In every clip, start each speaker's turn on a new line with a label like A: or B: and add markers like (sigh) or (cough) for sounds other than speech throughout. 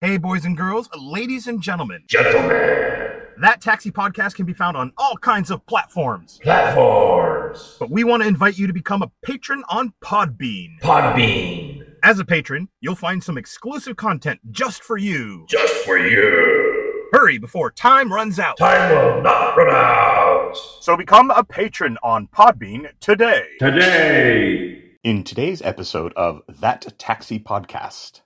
A: Hey, boys and girls, ladies and gentlemen,
B: Gentlemen,
A: that taxi podcast can be found on all kinds of platforms.
B: platforms,
A: But we want to invite you to become a patron on Podbean.
B: Podbean,
A: As a patron, you'll find some exclusive content just for you.
B: just for you.
A: Hurry before time runs out.
B: Time will not run out.
A: So become a patron on Podbean today.
B: Today,
A: In today's episode of That Taxi Podcast.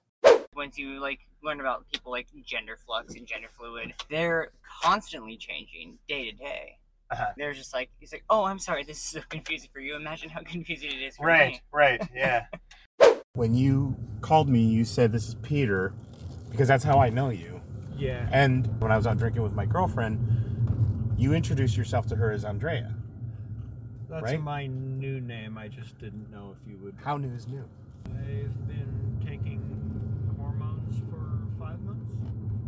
C: once you like learn about people like gender flux and gender fluid, they're constantly changing day to day.
D: Uh-huh.
C: They're just like, he's like, oh, I'm sorry, this is so confusing for you. Imagine how (laughs) confusing it is for
D: Right,
C: me.
D: right, yeah.
A: (laughs) When you called me, you said this is Peter because that's how I know you.
D: Yeah.
A: And when I was out drinking with my girlfriend, you introduced yourself to her as Andrea.
D: That's
A: Right?
D: my new name. I just didn't know if you would.
A: How new is new?
D: I've been taking hormones for five months,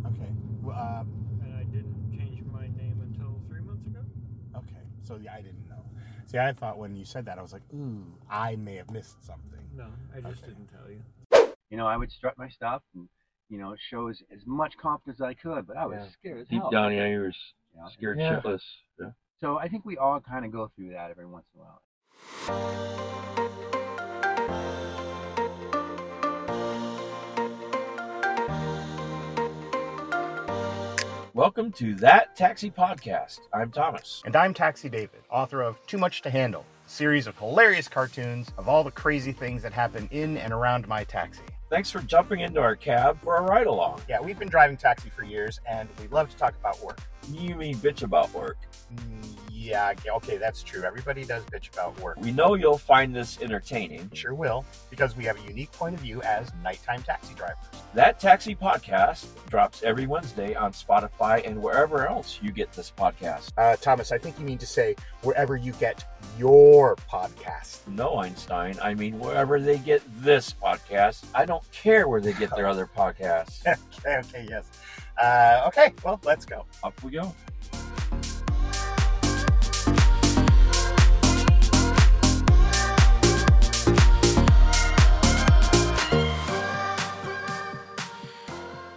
A: Okay. Well, uh,
D: and I didn't change my name until three months ago.
A: uh, okay. So yeah, I didn't know. See, I thought when you said that, I was like, ooh, I may have missed something.
D: No, I just
A: Okay.
D: didn't tell you.
E: You know, I would strut my stuff and, you know, show as, as much confidence as I could, but I was
D: Yeah.
E: scared as
F: deep
E: hell.
F: down, yeah, you were s-
E: you know?
F: scared
D: Yeah.
F: shitless. Yeah.
E: So I think we all kind of go through that every once in a while.
F: Welcome to that taxi podcast. I'm Thomas.
A: And I'm Taxi David, author of Too Much to Handle, a series of hilarious cartoons of all the crazy things that happen in and around my taxi.
F: Thanks for jumping into our cab for a ride along.
A: Yeah, we've been driving taxi for years, and we love to talk about work.
F: You mean bitch about work?
A: Mm, yeah, okay- okay, that's true. Everybody does bitch about work.
F: We know you'll find this entertaining.
A: Sure will, because we have a unique point of view as nighttime taxi drivers.
F: That taxi podcast drops every Wednesday on Spotify and wherever else you get this podcast.
A: Uh, Thomas, I think you mean to say wherever you get your podcast. (laughs)
F: No, Einstein. I mean, wherever they get this podcast, I don't care where they get their other (laughs) podcasts.
A: Okay, okay, yes. Uh, okay, well, let's go.
F: Up we go.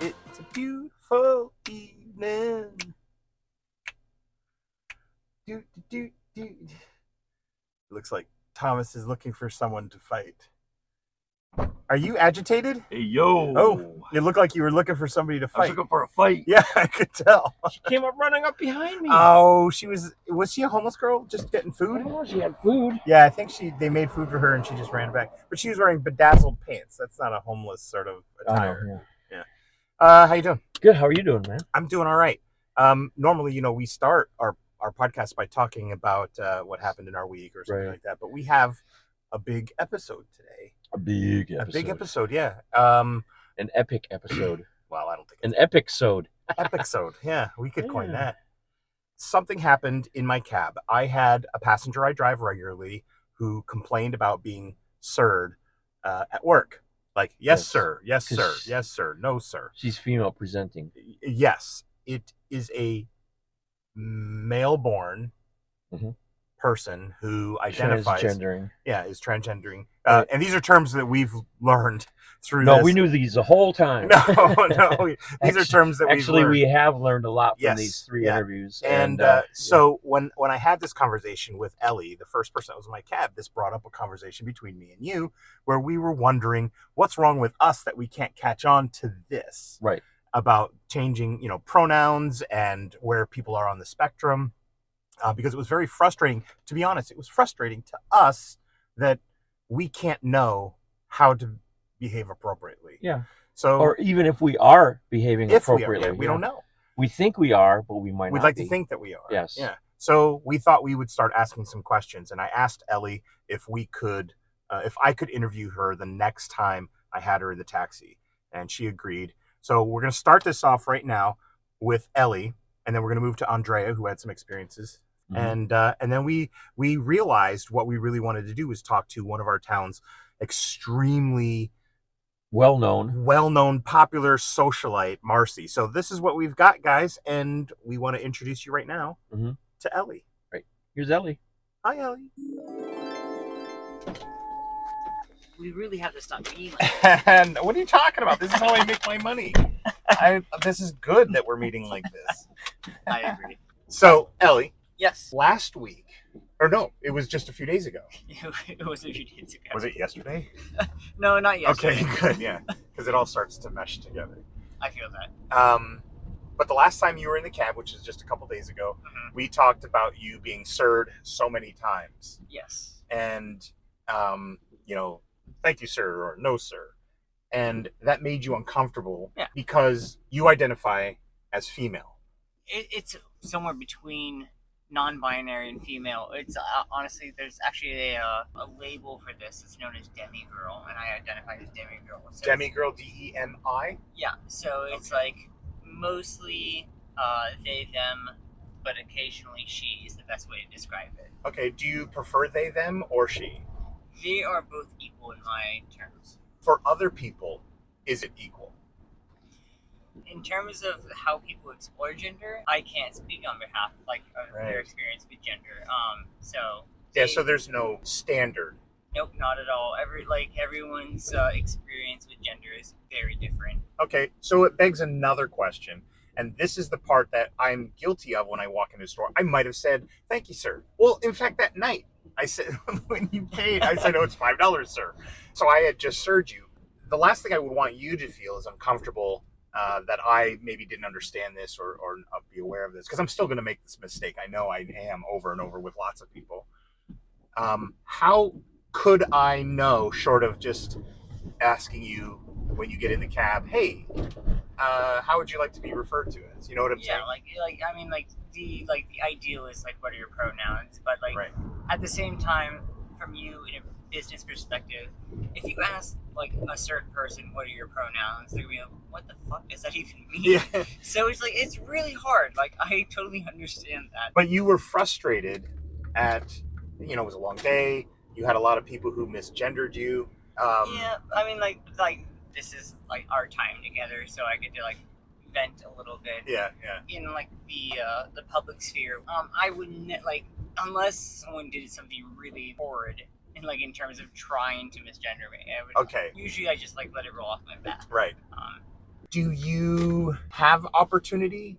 A: It's a beautiful evening. Do, do, do, do. Looks like Thomas is looking for someone to fight. Are you agitated?
F: Hey, yo.
A: Oh, you look like you were looking for somebody to
F: I was
A: fight.
F: looking for a fight.
A: (laughs)
F: Uh,
A: Yeah, I could tell.
F: She came up running up behind me.
A: Oh, she was was she a homeless girl just getting
F: I
A: food?
F: don't know, Oh, she had food.
A: Yeah, I think she they made food for her and she just ran back. But she was wearing bedazzled pants. That's not a homeless sort of
F: Oh,
A: attire. Uh, how you doing?
F: Good. How are you doing, man?
A: I'm doing all right. Um, normally, you know, we start our our podcast by talking about uh, what happened in our week or something
F: Right.
A: like that. But we have a big episode today.
F: A big episode.
A: A big episode, yeah. Um,
F: An epic episode.
A: well, I don't think
F: An epic sode.
A: episode. Yeah, we could coin
F: Yeah.
A: that. Something happened in my cab. I had a passenger I drive regularly who complained about being sirred uh, at work. Like, yes,
F: Yes.
A: sir. Yes, sir.
F: 'Cause-
A: Yes, sir. No, sir.
F: She's female presenting.
A: Y- Yes, it is a male born
F: Mhm.
A: person who identifies.
F: Transgendering.
A: Yeah, is transgendering. Uh, and these are terms that we've learned through
F: No,
A: this.
F: we knew these the whole time.
A: (laughs) No, no. These are
F: Actu-
A: terms that
F: (laughs) Actually,
A: we've learned.
F: we have learned a lot
A: Yes,
F: from these three
A: yeah.
F: interviews.
A: And uh, so when when I had this conversation with Ellie, the first person that was in my cab, this brought up a conversation between me and you where we were wondering what's wrong with us that we can't catch on to this
F: Right.
A: about changing, you know, pronouns and where people are on the spectrum. Uh, because it was very frustrating, to be honest, it was frustrating to us that we can't know how to behave appropriately.
F: Yeah.
A: So
F: Or even if we are behaving
A: if we, are,
F: appropriately,
A: yeah, we
F: yeah.
A: don't know.
F: We think we are, but we might
A: We'd
F: not.
A: like to
F: be.
A: think that we are.
F: Yes.
A: Yeah. So we thought we would start asking some questions, and I asked Ellie if we could, uh, if I could interview her the next time I had her in the taxi, and she agreed. So we're going to start this off right now with Ellie, and then we're going to move to Andrea, who had some experiences,
F: Mhm.
A: and uh, and then we we realized what we really wanted to do was talk to one of our town's extremely
F: Well known.
A: well-known popular socialite marcy so this is what we've got guys and we want to introduce you right now
F: Mhm.
A: to ellie
F: Here's Ellie.
A: hi ellie
C: We really have to stop being
A: (laughs)
C: like
A: and what are you talking about this is how i make my money I, this is good that we're meeting like this.
C: I agree.
A: So, Ellie,
C: Yes. (laughs)
A: last week, or no, it was just a few days ago.
C: it was a few days ago.
A: Was it yesterday?
C: No, not yet.
A: Okay, (laughs) good. Yeah, because it all starts to mesh together.
C: (laughs) I feel that.
A: Um, but the last time you were in the cab, which is just a couple days ago,
C: Mhm.
A: we talked about you being sirred so many times,
C: Yes.
A: and um, you know, thank you, sir, or no, sir, and that made you uncomfortable
C: Yeah.
A: because you identify as female.
C: It, it's somewhere between non-binary and female. It's uh, honestly there's actually a, uh, a label for this. It's known as demi girl, and I identify as demi girl. So
A: Demi girl, D E M I.
C: Yeah, so it's like mostly uh, they, them, but occasionally she is the best way to describe it.
A: Okay, do you prefer they, them, or she?
C: They are both equal in my terms.
A: For other people, is it equal?
C: In terms of how people explore gender, I can't speak on behalf like of
A: Right.
C: their experience with gender. Um, so
A: Yeah,
C: they-
A: so there's no standard.
C: nope, not at all. Every like everyone's uh, experience with gender is very different.
A: Okay, so it begs another question. And this is the part that I'm guilty of when I walk into a store. I might have said, thank you, sir. Well, in fact, that night, I said, (laughs) when you paid, I said, oh, it's $5, sir. So I had just served you. The last thing I would want you to feel is uncomfortable uh, that I maybe didn't understand this or, or not be aware of this, because I'm still going to make this mistake. I know I am over and over with lots of people. Um, how could I know, short of just asking you when you get in the cab, hey, uh, how would you like to be referred to as? You know what I'm
C: Yeah, like like I mean like the like the ideal is like what are your pronouns, but like
A: saying? Right.
C: at the same time, from you in a business perspective, if you ask like a certain person what are your pronouns, they're gonna be like, "What the fuck does that (laughs) even mean?"
A: (laughs) Yeah.
C: So it's like it's really hard. Like I totally understand that.
A: But you were frustrated at, you know, it was a long day. You had a lot of people who misgendered you. Um,
C: yeah, I mean like like this is like our time together, so I get to like vent a little bit.
A: Yeah. Yeah.
C: in like the uh, the public sphere, um, I wouldn't like unless someone did something really horrid, and like in terms of trying to misgender me. I would,
A: Okay.
C: Usually, I just like let it roll off my back.
A: Right.
C: Um,
A: Do you have opportunity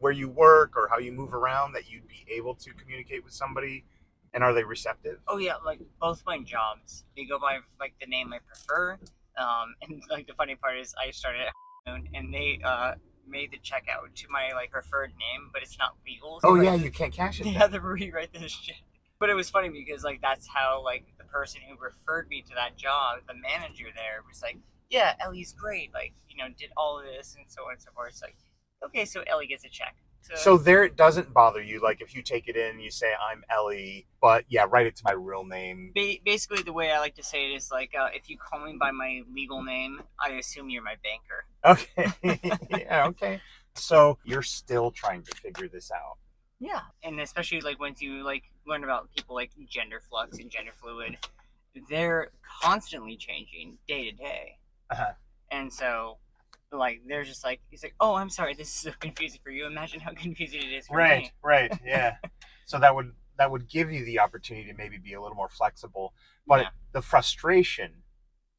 A: where you work or how you move around that you'd be able to communicate with somebody? And are they receptive?
C: oh yeah, like both my jobs, they go by like the name I prefer. Um, (laughs) and like the funny part is, I started at and they uh made the checkout to my like preferred name, but it's not legal. so,
A: Oh
C: like,
A: yeah, you can't cash
C: (laughs)
A: it.
C: they
A: then.
C: had to rewrite this shit. But it was funny because like that's how like the person who referred me to that job, the manager there, was like, "Yeah, Ellie's great. Like you know, did all of this and so on and so forth." It's like, okay, so Ellie gets a check. So,
A: So there, it doesn't bother you. Like if you take it in, you say I'm Ellie, but yeah, write it to my real
C: (laughs)
A: name.
C: ba- basically, the way I like to say it is like, uh, if you call me by my legal name, I assume you're my banker.
A: Okay. (laughs) yeah. Okay. So you're still trying to figure this out.
C: Yeah, and especially like once you like learn about people like gender flux and gender fluid, they're constantly changing day to day,
A: Uh-huh.
C: and so like they're just like he's like, oh, I'm sorry, this is so (laughs) confusing for you. Imagine how confusing it is for me. (laughs)
A: Right. Yeah. so that would that would give you the opportunity to maybe be a little more flexible, but
C: Yeah.
A: the frustration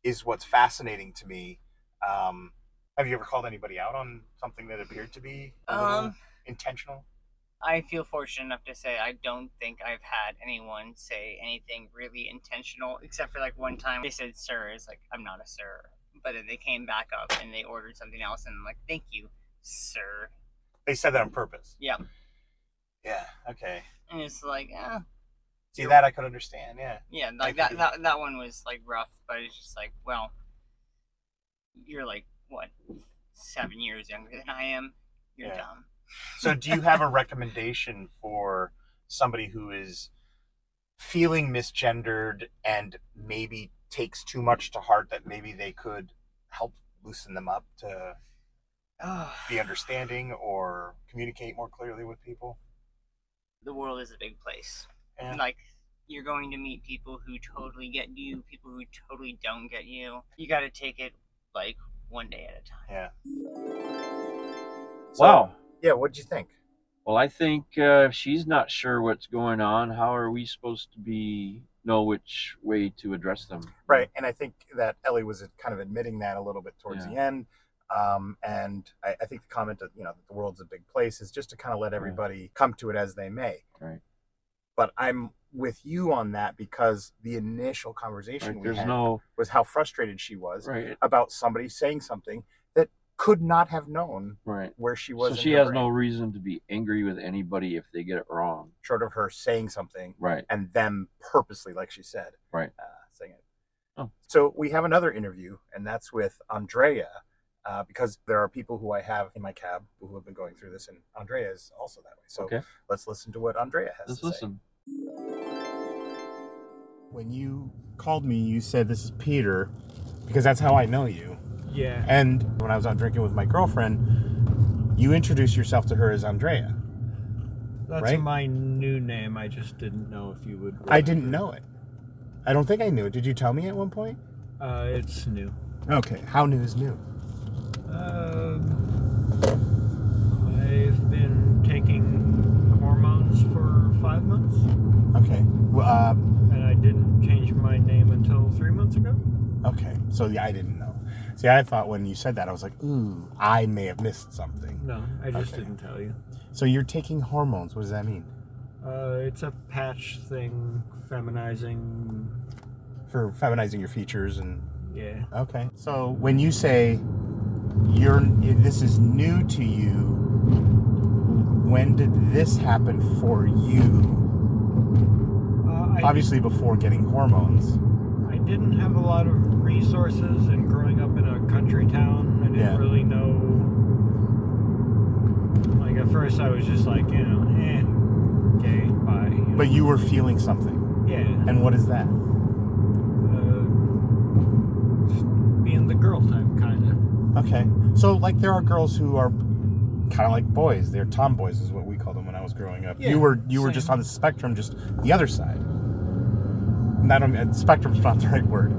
A: is what's fascinating to me. Um, have you ever called anybody out on something that appeared to be a little
C: Um,
A: intentional?
C: I feel fortunate enough to say I don't think I've had anyone say anything really intentional, except for like one time they said sir is like I'm not a sir, but then they came back up and they ordered something else and I'm like thank you, sir.
A: They said that on purpose.
C: Yeah,
A: Yeah. Okay.
C: and it's like ah.
A: See that I could understand. Yeah.
C: Yeah, like
A: could do
C: that, that that one was like rough, but it's just like, well, you're like what, seven years younger than I am. You're
A: Yeah.
C: dumb.
A: So, do you have a recommendation for somebody who is feeling misgendered and maybe takes too much to heart that maybe they could help loosen them up to be understanding or communicate more clearly with people?
C: the world is a big place.
A: Yeah.
C: Like you're going to meet people who totally get you, people who totally don't get you. You got to take it like one day at a time.
A: Yeah.
E: Wow.
A: Yeah. What'd you think?
E: Well, I think uh, if she's not sure what's going on, how are we supposed to be know which way to address them?
A: Right. And I think that Ellie was kind of admitting that a little bit towards
E: Yeah.
A: the end. Um, and I, I think the comment that you know that the world's a big place is just to kind of let everybody come to it as they may.
E: Right.
A: But I'm with you on that because the initial conversation
E: Right?
A: we
E: There's
A: had
E: no
A: was how frustrated she was
E: right,
A: about somebody saying something that could not have known
E: right.
A: where she was.
E: So
A: in
E: she
A: her
E: has
A: brain,
E: no reason to be angry with anybody if they get it wrong.
A: short of her saying something
E: Right.
A: and them purposely, like she said,
E: Right.
A: uh, saying it.
E: Oh.
A: So we have another interview, and that's with Andrea, uh, because there are people who I have in my cab who have been going through this, and Andrea is also that way. So
E: Okay.
A: let's listen to what Andrea has
E: Let's
A: to say.
E: listen.
A: When you called me, you said this is Peter, because that's how I know you.
D: Yeah.
A: And when I was out drinking with my girlfriend, you introduced yourself to her as Andrea.
D: That's
A: Right?
D: my new name. I just didn't know if you would.
A: I didn't know it. I don't think I knew it. Did you tell me at one point?
D: Uh, it's new.
A: Okay. How new is new?
D: Um, I've been taking hormones for five months,
A: Okay. Well, uh,
D: and I didn't change my name until three months ago.
A: Okay. So yeah, I didn't know. See, I thought when you said that, I was like, ooh, I may have missed something.
D: No, I just
A: Okay.
D: didn't tell you.
A: So you're taking hormones. What does that mean?
D: Uh, it's a patch thing, feminizing.
A: For feminizing your features and
D: Yeah.
A: okay. So when you say you're this is new to you, when did this happen for you?
D: Uh, I,
A: Obviously before getting hormones.
D: I didn't have a lot of resources, and growing up in a country town, I didn't
A: Yeah.
D: really know. Like at first, I was just like, you know, eh, okay, bye. you know.
A: But you were feeling something.
D: yeah,
A: And what is that?
D: uh, just being the girl type, kind of.
A: Okay. So like there are girls who are kind of like boys. They're tomboys is what we called them when I was growing up.
D: Yeah,
A: you were you were
D: same.
A: just on the spectrum, just the other side. Not on uh, spectrum's not the right word.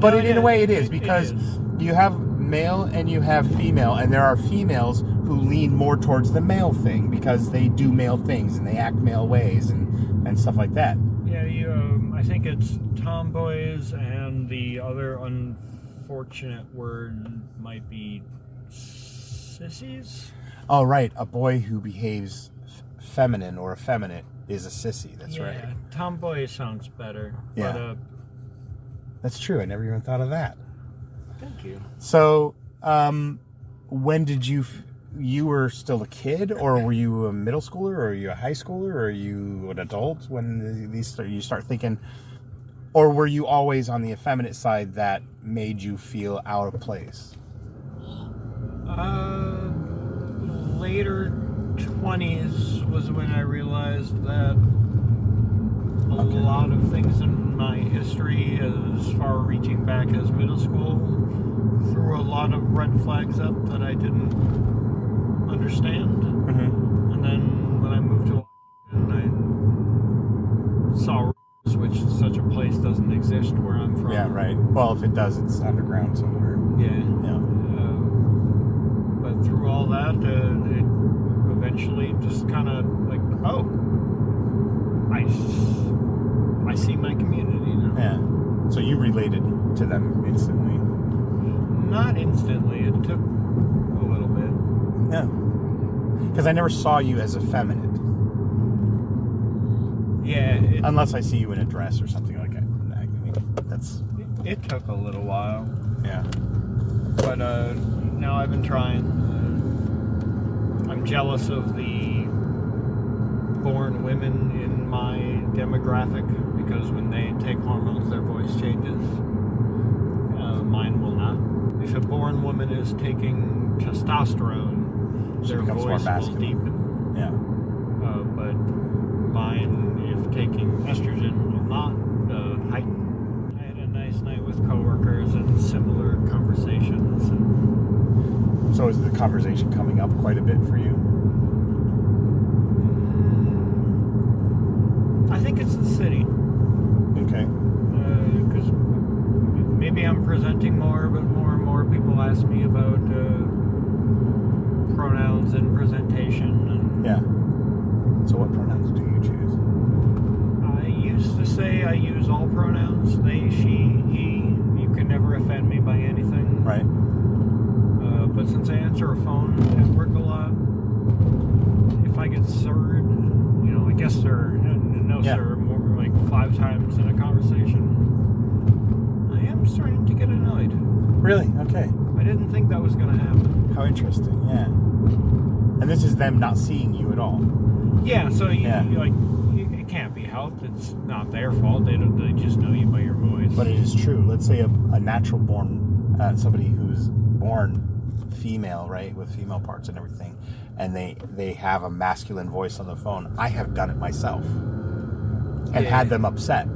A: But it, in a way it is because
D: is.
A: you have male and you have female and there are females who lean more towards the male thing because they do male things and they act male ways and and stuff like that.
D: yeah, you. Um, I think it's tomboys, and the other unfortunate word might be sissies.
A: Oh right, a boy who behaves f- feminine or effeminate is a sissy. That's
D: yeah,
A: right.
D: Tomboy sounds better.
A: Yeah.
D: But, uh,
A: That's true. I never even thought of that.
D: Thank you.
A: So, um, when did you? F- you were still a kid, or were you a middle schooler, or are you a high schooler, or are you an adult when these start, you start thinking? Or were you always on the effeminate side that made you feel out of place?
D: Uh, later 20s was when I realized that a
A: Okay.
D: lot of things in my history, as far reaching back as middle school, threw a lot of red flags up that I didn't understand.
A: Mm-hmm.
D: And then when I moved to Washington, I saw Rutgers, which such a place doesn't exist where I'm from.
A: Yeah, right. Well, if it does, it's underground somewhere.
D: Yeah.
A: Yeah.
D: Uh, but through all that, uh, it eventually just kind of like, oh, I, s- I see my community now.
A: Yeah. So you related to them instantly.
D: Not instantly. It took a little bit.
A: Yeah. Because I never saw you as effeminate,
D: Yeah, it,
A: unless I see you in a dress or something like that. I mean, that's
D: it, it took a little while,
A: yeah.
D: but uh, now I've been trying. Uh, I'm jealous of the born women in my demographic because when they take hormones, their voice changes. Uh, mine will not. If a born woman is taking testosterone,
A: She
D: their
A: becomes more
D: voice will
A: masculine.
D: deepen.
A: Yeah.
D: Uh, but mine, if taking estrogen, will not uh, heighten. I had a nice night with coworkers and similar conversations. And,
A: So is the conversation coming up quite a bit for you?
D: I think it's the city.
A: Okay.
D: because maybe I'm presenting more, but more and more people ask me about uh, pronouns and presentation. And
A: Yeah. So what pronouns do you choose?
D: I used to say I use all pronouns they, she, he. You can never offend me by anything.
A: Right.
D: Uh, but since I answer a phone at work a lot, if I get sirred, you know, like yes sir, and no
F: Yeah.
D: sir, more like five times in a conversation, I am starting to get annoyed.
G: Really? Okay.
D: I didn't think that was going to happen.
G: How interesting. Yeah.
A: And this is them not seeing you at all.
D: Yeah, so you,
G: Yeah.
D: you, like you, it can't be helped. It's not their fault. They don't, they just know you by your voice.
G: But it is true. Let's say a, a natural born, uh, somebody who's born female, right, with female parts and everything, and they they have a masculine voice on the phone. I have done it myself, and had them upset,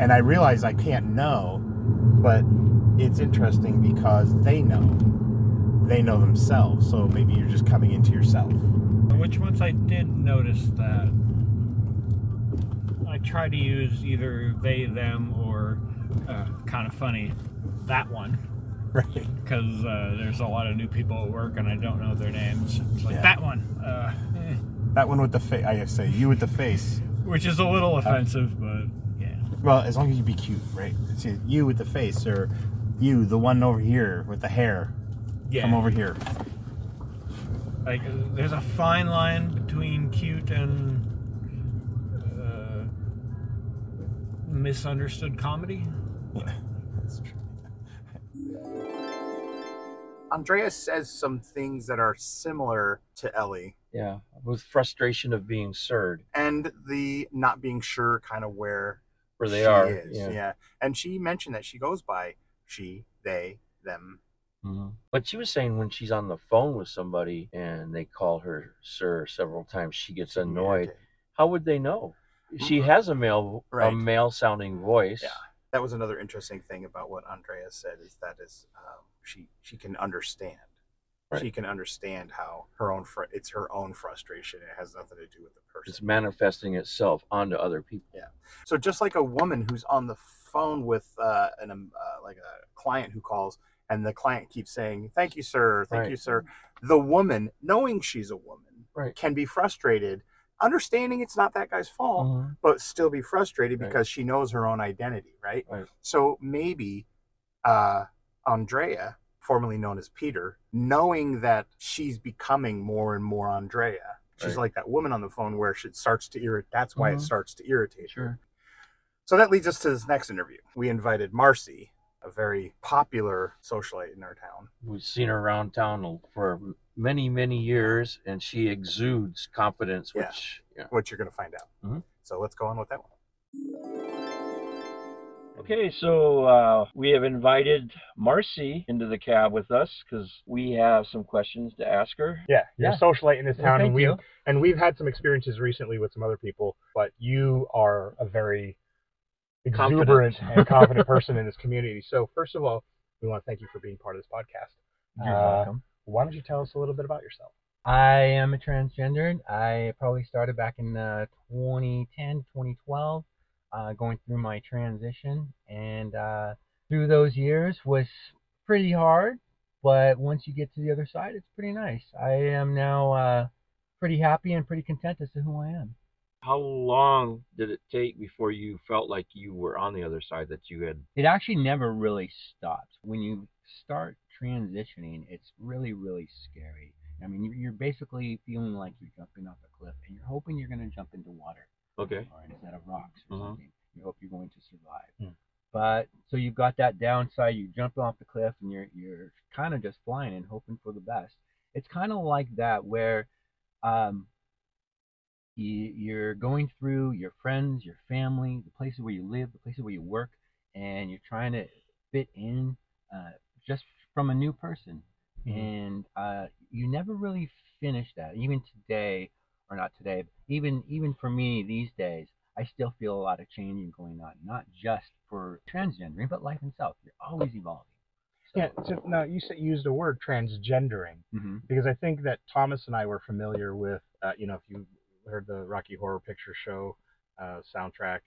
G: and I realize I can't know, but it's interesting because they know, they know themselves. So maybe you're just coming into yourself.
D: Which once I did notice that I try to use either they, them, or uh, kind of funny that one
G: Right.
D: because uh, there's a lot of new people at work and I don't know their names. It's like
G: Yeah.
D: that one, uh, eh,"
G: That one with the face. I say you with the face.
D: which is a little offensive, but yeah.
G: Well, as long as you be cute, right? It's either you with the face or you, the one over here with the hair.
D: Yeah.
G: Come over here.
D: Like, uh, there's a fine line between cute and uh, misunderstood comedy.
G: That's true.
A: Andreas says some things that are similar to Ellie
E: Yeah, with frustration of being served
A: and the not being sure kind of where
E: where they
A: she
E: are.
A: is.
E: Yeah.
A: And she mentioned that she goes by she, they, them.
E: Mhm. But she was saying when she's on the phone with somebody and they call her sir several times, she gets annoyed. How would they know? She has a male,
A: Mm-hmm. Right.
E: a male sounding voice.
A: Yeah. That was another interesting thing about what Andreas said is that is um, she she can understand.
E: Right.
A: She can understand how her own fr- it's her own frustration. It has nothing to do with the person.
E: It's manifesting itself onto other people.
A: So just like a woman who's on the phone with uh, an um, uh, like a client who calls, and the client keeps saying "Thank you, sir. Thank
E: Right.
A: you, sir." The woman, knowing she's a woman,
E: Right.
A: can be frustrated, understanding it's not that guy's fault,
E: Mhm.
A: but still be frustrated
E: Right.
A: because she knows her own identity, right?
E: Right.
A: So maybe uh, Andrea, formerly known as Peter, knowing that she's becoming more and more Andrea. She's
E: Right.
A: like that woman on the phone where she starts to irritate. That's why it
E: Mhm.
A: starts to irritate
E: Sure.
A: her. So that leads us to this next interview. We invited Marcy, a very popular socialite in our town.
E: We've seen her around town for many, many years, and she exudes confidence,
A: Yeah.
E: which yeah.
A: What you're going to find out.
F: Mm-hmm.
E: Mhm.
A: So let's go on with that one.
F: Okay, so uh, we have invited Marcy into the cab with us because we have some questions to ask her.
A: Yeah,
F: you're a Yeah.
A: socialite in this
F: thank you.
A: and we've had some experiences recently with some other people, but you are a very
F: Confident. exuberant and (laughs) confident
A: person in this community. So first of all, we want to thank you for being part of this podcast.
F: You're
A: Uh,
F: welcome.
A: Why don't you tell us a little bit about yourself?
H: I am a transgendered. I probably started back in uh, 2010, 2012, uh, going through my transition. And uh, through those years was pretty hard, but once you get to the other side, it's pretty nice. I am now uh, pretty happy and pretty content as to who I am.
E: How long did it take before you felt like you were on the other side that you had?
H: It actually never really stopped. When you start transitioning, it's really, really scary. I mean, you- you're basically feeling like you're jumping off a cliff and you're hoping you're going to jump into water.
E: Okay.
H: or instead of rocks or
E: Mhm.
H: something. You hope you're going to survive.
G: Mm.
H: But so you've got that downside. You jump off the cliff and you're you're kind of just flying and hoping for the best. It's kind of like that where um, you, you're going through your friends, your family, the places where you live, the places where you work, and you're trying to fit in uh, just from a new person. And uh, you never really finish that. Even today, or not today, even even for me these days, I still feel a lot of changing going on. Not just for transgendering, but life itself. You're always evolving.
G: Yeah. So now you said, used the word transgendering
H: hmm
G: because I think that Thomas and I were familiar with, uh, you know, if you heard the Rocky Horror Picture Show uh, soundtrack,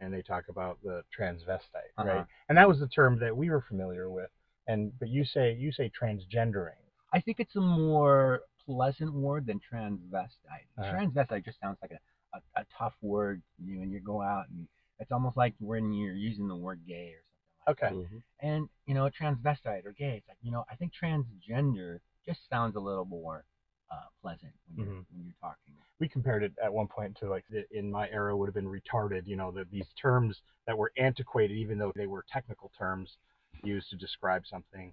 G: and they talk about the transvestite,
H: Uh-huh.
G: right? And that was the term that we were familiar with. And but you say you say transgendering.
H: I think it's a more pleasant word than transvestite.
G: Uh-huh.
H: Transvestite just sounds like a, a, a tough word, you know, and you go out and it's almost like when you're using the word gay or something like Okay.
I: Mhm.
H: And you know, transvestite or gay. It's like you know, I think transgender just sounds a little more uh, pleasant when you're, when you're talking.
A: we compared it at one point to like the, in my era would have been retarded you know that these terms that were antiquated even though they were technical terms used to describe something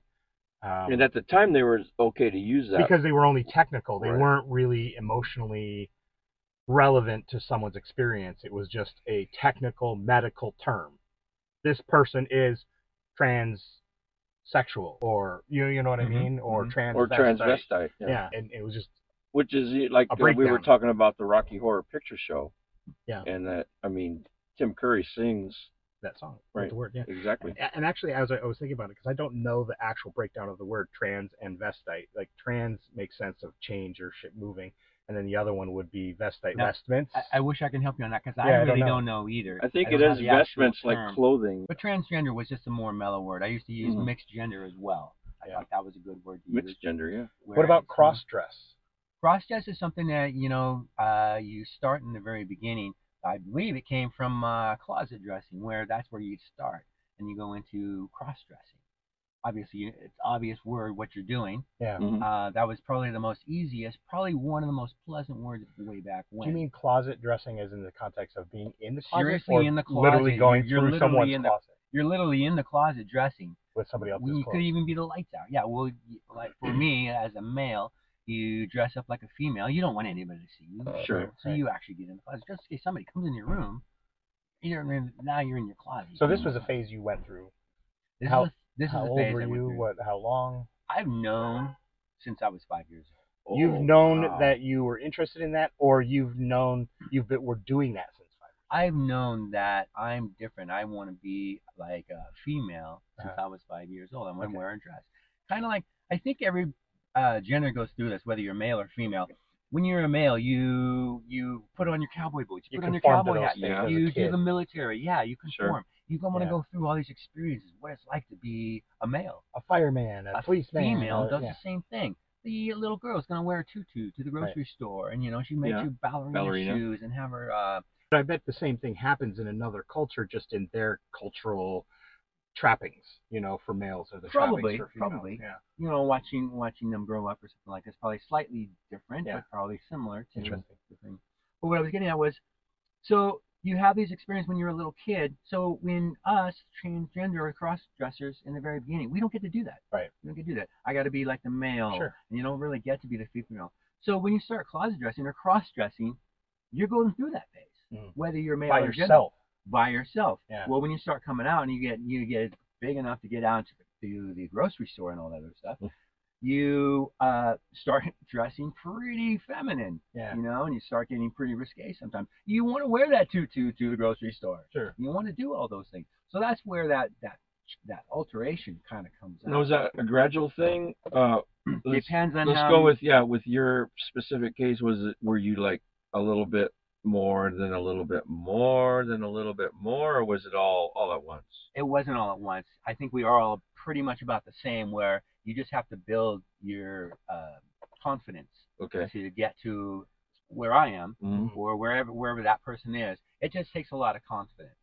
A: um,
J: And at the time, they were okay to use that.
A: because they were only technical they
J: Right.
A: weren't really emotionally relevant to someone's experience it was just a technical medical term this person is transsexual or you you know what
H: Mhm,
A: i mean or
H: mhm.
A: trans
J: Mm-hmm. or transvestite. Yeah.
A: yeah. and it was just
J: Which is eh, like
A: A
J: uh, we were
A: breakdown.
J: talking about the Rocky Horror Picture Show.
A: Yeah.
J: And that, I mean, Tim Curry sings
A: that song
J: Right.
A: the word yeah
J: exactly.
A: A- And actually, as I I was thinking about it, because I don't know the actual breakdown of the word trans and vestite. Like trans makes sense of change or shit moving, and then the other one would be vestite
H: No,
A: vestments.
H: I, I wish I can help you on that because I
A: Yeah, I
H: really
A: don't know.
H: don't know either.
J: I think
H: don't
J: it
H: have
J: is
H: the actual
J: vestments like
H: term.
J: clothing.
H: But transgender was just a more mellow word. I used to use
J: Mhm.
H: mixed gender as well. I
A: Yeah.
H: thought that was a good word to
J: Mixed
H: use.
J: gender, yeah.
A: what about
H: Whereas,
A: cross dress?
H: Cross dress is something that you know uh, you start in the very beginning. I believe it came from uh, closet dressing, where that's where you start, and you go into cross dressing. Obviously, it's obvious word what you're doing.
A: Yeah.
J: Mhm.
H: Uh, that was probably the most easiest, probably one of the most pleasant words way back
A: Do
H: when.
A: you mean closet dressing as in the context of being in the closet,
H: Seriously
A: or
H: in the
A: literally
H: closet,
A: going
H: you're
A: through
H: literally
A: someone's
H: in the-
A: closet
H: You're literally in the closet dressing.
A: with somebody else's
H: We could
A: clothes?
H: even be the lights out. Yeah, well, y- like for me as a male, you dress up like a female. You don't want anybody to see you.
A: Uh,
J: Sure.
H: So you actually get in the closet. Just in case somebody comes in your room, you know, then now you're in your closet.
A: So this was a phase you went through.
H: This
A: how-
H: is a, this
A: how
H: is a
A: old
H: phase
A: were
H: I went
A: you?
H: through.
A: What? How long?
H: I've known since I was five years old.
A: you've
J: Oh,
A: known
J: wow.
A: that you were interested in that, or you've known you've been were doing that since five.
H: I've known that I'm different. I want to be like a female since
A: Uh-huh.
H: I was five years old. I want
A: Okay.
H: to wear a dress. Kind of like I think every uh, gender goes through this, whether you're male or female. When you're a male, you you put on your cowboy boots, you,
A: You
H: put on your
A: conform to
H: cowboy
A: those
H: hat,
A: things
J: as a
H: you do
A: kid.
H: the military, yeah, you
J: Sure.
H: conform. You don't want to
A: Yeah.
H: go through all these experiences, what it's like to be a male.
A: a fireman, a,
H: A
A: policeman.
H: female
A: a-
H: does
A: uh, yeah.
H: the same thing. The little girl's gonna wear a tutu to the grocery store, and you know she makes
J: Yeah.
H: you ballerina,
J: Ballerina.
H: shoes and have her uh,
A: But I bet the same thing happens in another culture, just in their cultural trappings. You know, for males or the
H: Probably,
A: trappings for females.
H: probably.
A: Yeah.
H: you know, watching watching them grow up or something like this, probably slightly different,
A: Yeah.
H: but probably similar to
A: Interesting.
H: the thing. But what I was getting at was, so you have these experiences when you're a little kid. So when us transgender or cross dressers in the very beginning, we don't get to do that.
A: Right.
H: We don't get to do that. I got to be like the male,
A: Sure.
H: and you don't really get to be the female. So when you start closet dressing or cross dressing, you're going through that phase,
A: Mm.
H: whether you're male
A: By
H: or gender
A: yourself.
H: by yourself.
A: Yeah.
H: Well, when you start coming out and you get you get big enough to get out to the, to the grocery store and all that other stuff, you uh, start (laughs) dressing pretty feminine,
A: Yeah.
H: you know, and you start getting pretty risque sometimes. You want to wear that tutu to the grocery store.
A: Sure.
H: You want to do all those things. So that's where that that that alteration kind of comes
J: Now,
H: out.
J: was that a gradual thing? Uh, let's
H: Depends on
J: let's
H: how
J: go
H: you-
J: with yeah. With your specific case, was it were you like a little bit more than a little bit more than a little bit more, or was it all all at once?
H: it wasn't all at once. I think we are all pretty much about the same, where you just have to build your uh, confidence
J: Okay.
H: to get to where I am
J: Mhm.
A: Mm-hmm.
H: or wherever wherever that person is. It just takes a lot of confidence,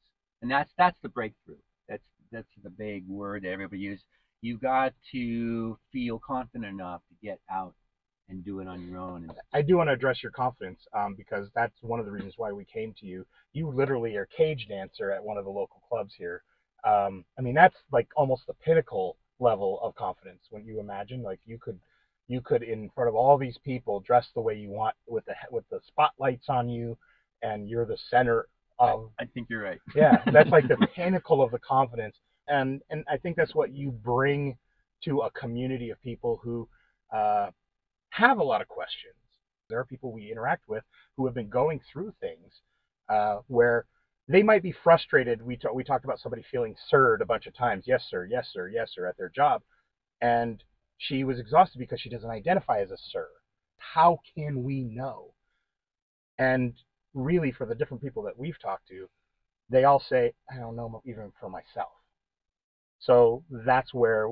H: and that's that's the breakthrough. That's that's the big word that everybody uses. You got to feel confident enough to get out and do it on your own. And
A: I do want to address your confidence um, because that's one of the reasons why we came to you. You literally are cage dancer at one of the local clubs here. Um, I mean, that's like almost the pinnacle level of confidence. When you imagine, like you could, you could in front of all these people dress the way you want with the with the spotlights on you, and you're the center of
H: I think you're right.
A: yeah that's like
H: (laughs)
A: the pinnacle of the confidence and and i think that's what you bring to a community of people who uh, have a lot of questions there are people we interact with who have been going through things uh, where they might be frustrated we, ta- we talked about somebody feeling sirred a bunch of times yes sir yes sir yes sir at their job and she was exhausted because she doesn't identify as a sir how can we know and really for the different people that we've talked to they all say, I don't know m- even for myself. So that's where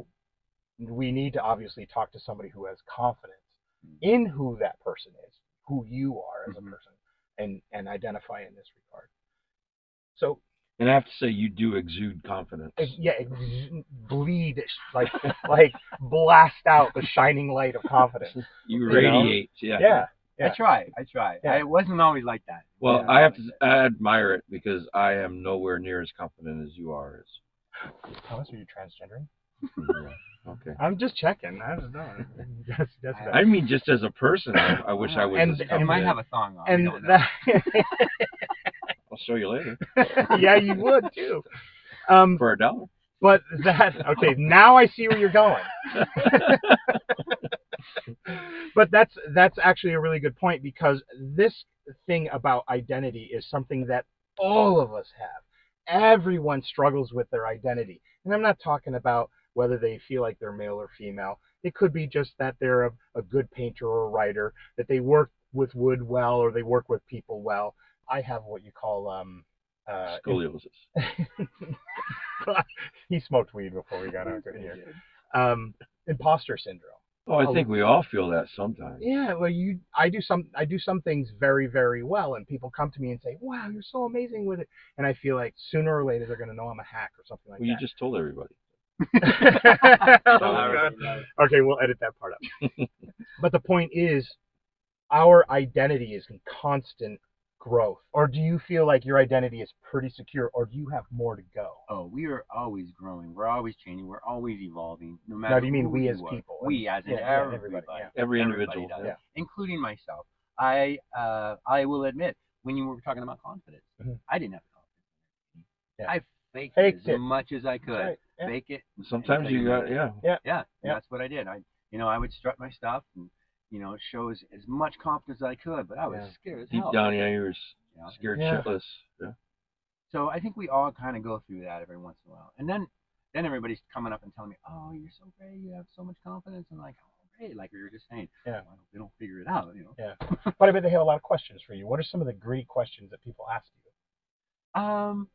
A: we need to obviously talk to somebody who has confidence in who that person is, Mm-hmm. who you are as a person, and, and identify in this regard. So
J: And I have to say, you do exude confidence.
A: ex- yeah, ex- bleed (laughs) like like blast out the shining light of confidence.
J: You
H: You know?
J: radiate. Yeah.
A: Yeah,
H: I try. I try.
A: Yeah.
H: I wasn't always like that.
J: Well,
H: Yeah,
J: I have to.
H: wasn't
J: I admire it because I am nowhere near as confident as you are. As,
A: Thomas, are you transgendering?
J: yeah. Okay.
A: I'm just checking. I don't know. (laughs) That's, that's
H: I-
A: bad.
J: I mean, just as a person, I, I wish I was.
A: And-
J: as
H: like that.
A: and
H: It might
J: confident.
H: have a thong on. we
A: and
H: don't know.
A: that,
J: I'll show you later
A: (laughs) yeah, you would too. Um,
J: for a dollar. (laughs)
A: but that okay. Now I see where you're going. but that's that's actually a really good point because this thing about identity is something that all of us have. Everyone struggles with their identity, and I'm not talking about whether they feel like they're male or female. It could be just that they're a, a good painter or a writer, that they work with wood well, or they work with people well. I have what you call um. Uh, (laughs)
J: Scoliosis.
A: he smoked weed before we got out here. Um, imposter syndrome.
J: Oh, I think we all feel that sometimes.
A: Yeah, well, you, I do some, I do some things very, very well, and people come to me and say, "Wow, you're so amazing with it," and I feel like sooner or later they're gonna know I'm a hack or something like
J: Well, you just told everybody.
A: that. (laughs) Oh,
J: Alright.
A: God. Okay, we'll edit that part up. but the point is, our identity is in constant growth. Or do you feel like your identity is pretty secure, or do you have more to go?
H: Oh, we are always growing. We're always changing. We're always evolving. No matter.
A: Now, do you mean
H: who
A: we as
H: are.
A: people?
H: We as in
A: Yeah, yeah,
H: everybody.
A: everybody, yeah.
J: Every
H: Everybody
J: individual.
H: does,
J: yeah.
H: including myself. I uh, I will admit when you were talking about confidence,
A: Mhm.
H: I didn't have confidence.
A: Yeah.
H: I faked,
A: Faked
H: it as
A: it.
H: much as I could.
A: That's right, yeah.
H: Fake it.
J: And Sometimes you got yeah.
H: Yeah,
A: Yeah.
H: that's what I did. I you know I would strut my stuff and you know show as, as much confidence as I could, but I was
A: Yeah.
H: scared as
J: Deep
H: hell.
J: down, yeah, you were s-
H: you know?
J: scared
A: Yeah.
J: shitless. Yeah.
H: So I think we all kind of go through that every once in a while, and then then everybody's coming up and telling me, "Oh, you're so great. You have so much confidence." I'm like, "Oh, great!" Like we were just saying.
A: Yeah.
H: "Why don't- we don't figure it out, you know.
A: But I bet they have a lot of questions for you. What are some of the greedy questions that people ask you?
H: Um,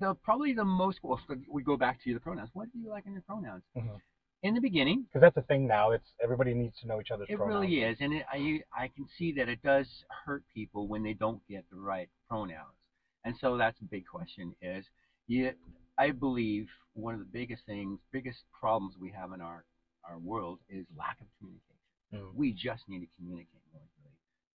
H: the probably the most well, so we go back to the pronouns. What do you like in your pronouns?
A: Mhm.
H: In the beginning,
A: Because that's the thing now. It's everybody needs to know each other's
H: it
A: pronouns.
H: really is, and it, I I can see that it does hurt people when they don't get the right pronouns, and so that's a big question. Is you, I believe one of the biggest things, biggest problems we have in our our world is lack of communication.
A: Mm.
H: We just need to communicate more.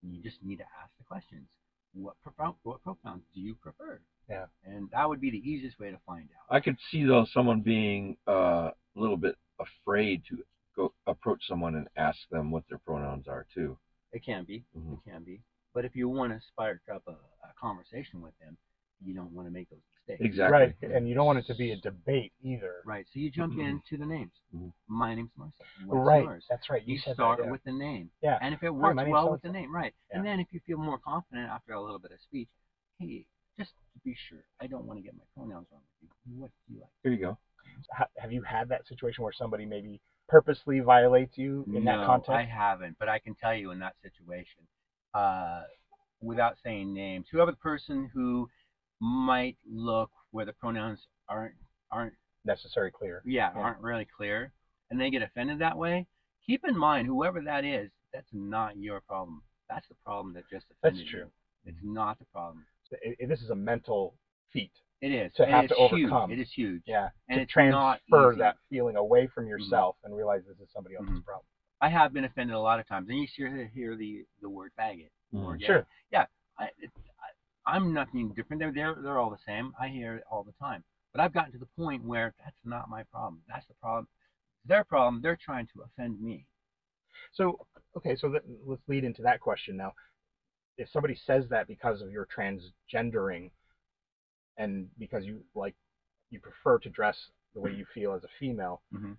H: Really. You just need to ask the questions. What profound, what pronouns do you prefer?
A: Yeah.
H: And that would be the easiest way to find out.
J: I could see though someone being uh, a little bit afraid to go approach someone and ask them what their pronouns are too.
H: It can be.
J: Mhm.
H: It can be. But if you want to spark up a, a conversation with them, you don't want to make those mistakes.
J: Exactly.
A: Right, and you don't want it to be a debate either.
H: Right. So you jump
J: Mhm.
H: into the names.
J: Mhm.
H: My name's Marcel. What's
A: Right,
H: yours?
A: that's right. You,
H: You
A: said
H: start
A: that, yeah.
H: with the name.
A: Yeah.
H: And if it works
A: my name's
H: well with the
A: so-and-so.
H: name, right. And
A: Yeah.
H: then if you feel more confident after a little bit of speech, hey, just to be sure, I don't want to get my pronouns wrong with you. What do you like?
J: There you go.
A: Ha- Have you had that situation where somebody maybe purposely violates you in
H: no,
A: that
H: I
A: context?
H: haven't, but I can tell you in that situation, uh, without saying names, whoever the person who might look where the pronouns aren't aren't
A: Necessary clear.
H: yeah,
A: Yeah.
H: aren't really clear, and they get offended that way. Keep in mind, whoever that is, that's not your problem. That's the problem that just
A: That's
H: offended
A: true.
H: You. It's not the problem.
A: I- I- this is a mental feat.
H: It is.
A: To
H: and
A: have
H: it's
A: to overcome.
H: Huge. It is huge.
A: Yeah.
H: And
A: to
H: it's not
A: transfer
H: easy. Mm-hmm.
A: that feeling away from yourself and realize this is somebody else's
H: Mhm.
A: problem.
H: I have been offended a lot of times, and you hear hear the the word faggot. or
J: Mm.
H: gay.
A: Sure.
H: I, it, I, I'm nothing different. They're, they're they're all the same. I hear it all the time. But I've gotten to the point where that's not my problem. That's the problem. Their problem. They're trying to offend me.
A: So, okay, so let, let's lead into that question now. If somebody says that because of your transgendering and because you like you prefer to dress the way you feel as a female,
H: Mhm.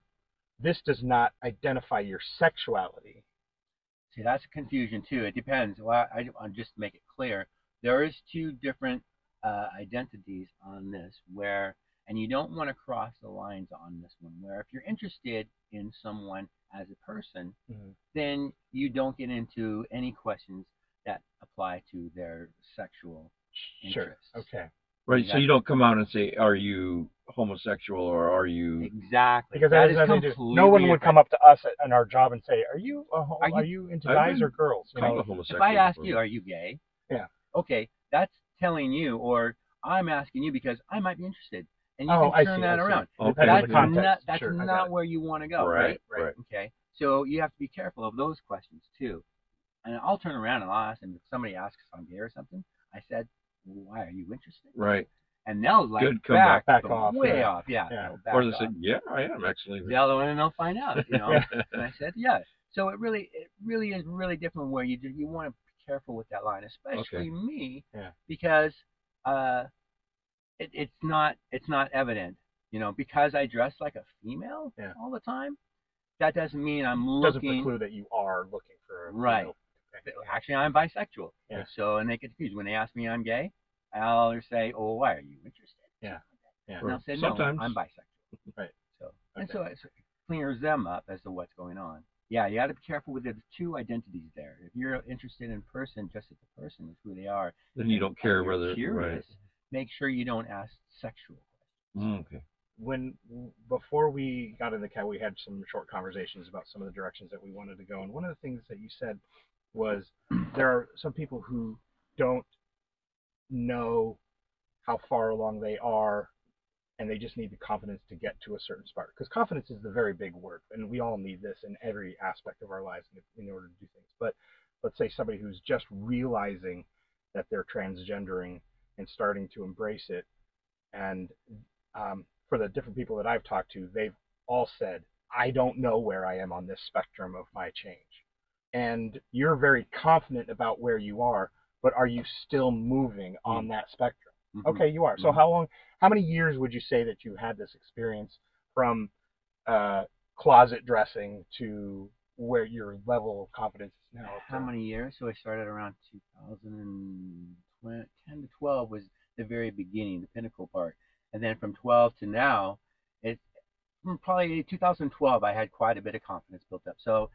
A: this does not identify your sexuality.
H: See, that's a confusion too. It depends. Well, I, I I'll just make it clear. There is two different uh, identities on this where, and you don't want to cross the lines on this one. Where if you're interested in someone as a person,
A: Mhm.
H: then you don't get into any questions that apply to their sexual interests.
A: Okay.
J: Right. So you don't come out and say, "Are you homosexual?" or "Are you?"
H: Exactly.
A: Because
H: that
A: that
H: is
A: has nothing to do. No one would come up to us at, in our job and say, "Are you a, ho-
H: Are
A: are
H: you-
A: you, into
J: I've
A: guys
J: been
A: or girls?" You
J: Kind of
A: know,
H: If
J: homosexual.
H: I ask you, "Are you gay?"
A: Yeah.
H: Okay, that's telling you, or
J: I'm asking you because I might be interested, and you
A: Oh, I
J: can turn
A: see,
J: that
A: I see.
J: around.
A: Okay.
H: Depending on
J: That's
H: the
A: context.
J: not that's
A: Sure, I got
J: not
A: it.
J: where you want to go,
H: Right, right.
J: Okay, so you have to be careful of those questions too. And I'll turn around and I'll ask, and if somebody asks if I'm here or something, I said, "Why are you interested?"
H: Right.
J: And they'll like
H: Good
J: back,
H: comeback.
A: Back
J: but
A: off,
J: way
A: yeah.
J: off, yeah.
A: Yeah.
J: they'll back
H: or they
J: off.
H: said, yeah, I am actually.
J: the other one, and they'll find out, you
A: (laughs)
J: know. and I said, yeah. So it really, it really is really different where you do, you want to be careful with that line, especially me,
A: Yeah.
J: because uh, it, it's not it's not evident, you know, because I dress like a female
A: Yeah.
J: all the time. That doesn't mean I'm
A: doesn't
J: looking.
A: preclude that you are looking for a
J: Right.
A: male companion.
J: Actually, I'm bisexual.
A: Yeah.
J: So and they get confused when they ask me I'm gay. I'll just say, oh, why are you interested?
A: Yeah. Yeah.
J: And I'll say, no,
H: Sometimes.
J: I'm
H: (laughs)
J: bisexual.
A: Right.
J: So and so it clears them up as to what's going on. Yeah, you got to be careful with the two identities there. If you're interested in person, just as the person is who they are.
H: Then you don't care
J: and you're
H: whether. Right.
J: Curious, make sure you don't ask sexual.
H: Mm, okay.
A: when before we got in the cab, we had some short conversations about some of the directions that we wanted to go. And one of the things that you said was there are some people who don't know how far along they are, and they just need the confidence to get to a certain spot. Because confidence is the very big word, and we all need this in every aspect of our lives in, in order to do things. But let's say somebody who's just realizing that they're transgendering and starting to embrace it, and um, for the different people that I've talked to, they've all said, I don't know where I am on this spectrum of my change. And you're very confident about where you are, but are you still moving on that spectrum?
J: Mhm.
A: Okay, you are. So
J: Mhm.
A: how long, how many years would you say that you had this experience from uh, closet dressing to where your level of confidence is now?
J: How many years? So I started around 2010 10 to 12 was the very beginning, the pinnacle part, and then from 12 to now, it from probably 2012 I had quite a bit of confidence built up. So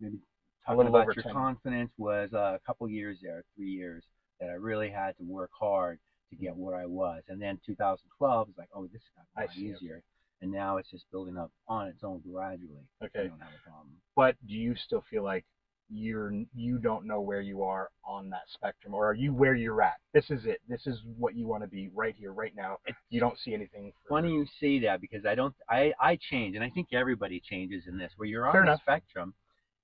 J: maybe talking
A: little
J: about
A: over
J: your
A: 10.
J: confidence was uh, a couple years there, three years that I really had to work hard to get where I was, and then 2012 is like, oh, this got
A: I
J: a lot
A: see, okay.
J: easier, and now it's just building up on its own gradually. I
A: Okay.
J: don't have a problem.
A: But do you still feel like you're you don't know where you are on that spectrum, or are you where you're at? This is it. This is what you want to be right here, right now. You don't see anything. for-
J: funny you say that because I don't I I change and I think everybody changes in this where you're on
A: Fair
J: the
A: enough.
J: spectrum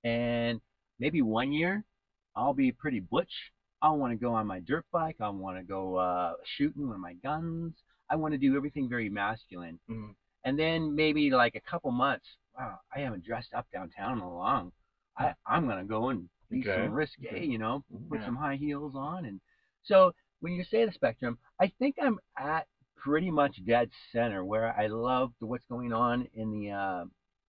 J: and maybe one year I'll be pretty butch. I want to go on my dirt bike. I want to go uh, shooting with my guns. I want to do everything very masculine.
A: Mhm.
J: And then maybe like a couple months, wow, I haven't dressed up downtown in a long. I I'm gonna go and be
H: Okay.
J: some risque, you know, put
A: Yeah.
J: some high heels on and so when you say the spectrum, I think I'm at pretty much dead center where I love the, what's going on in the uh,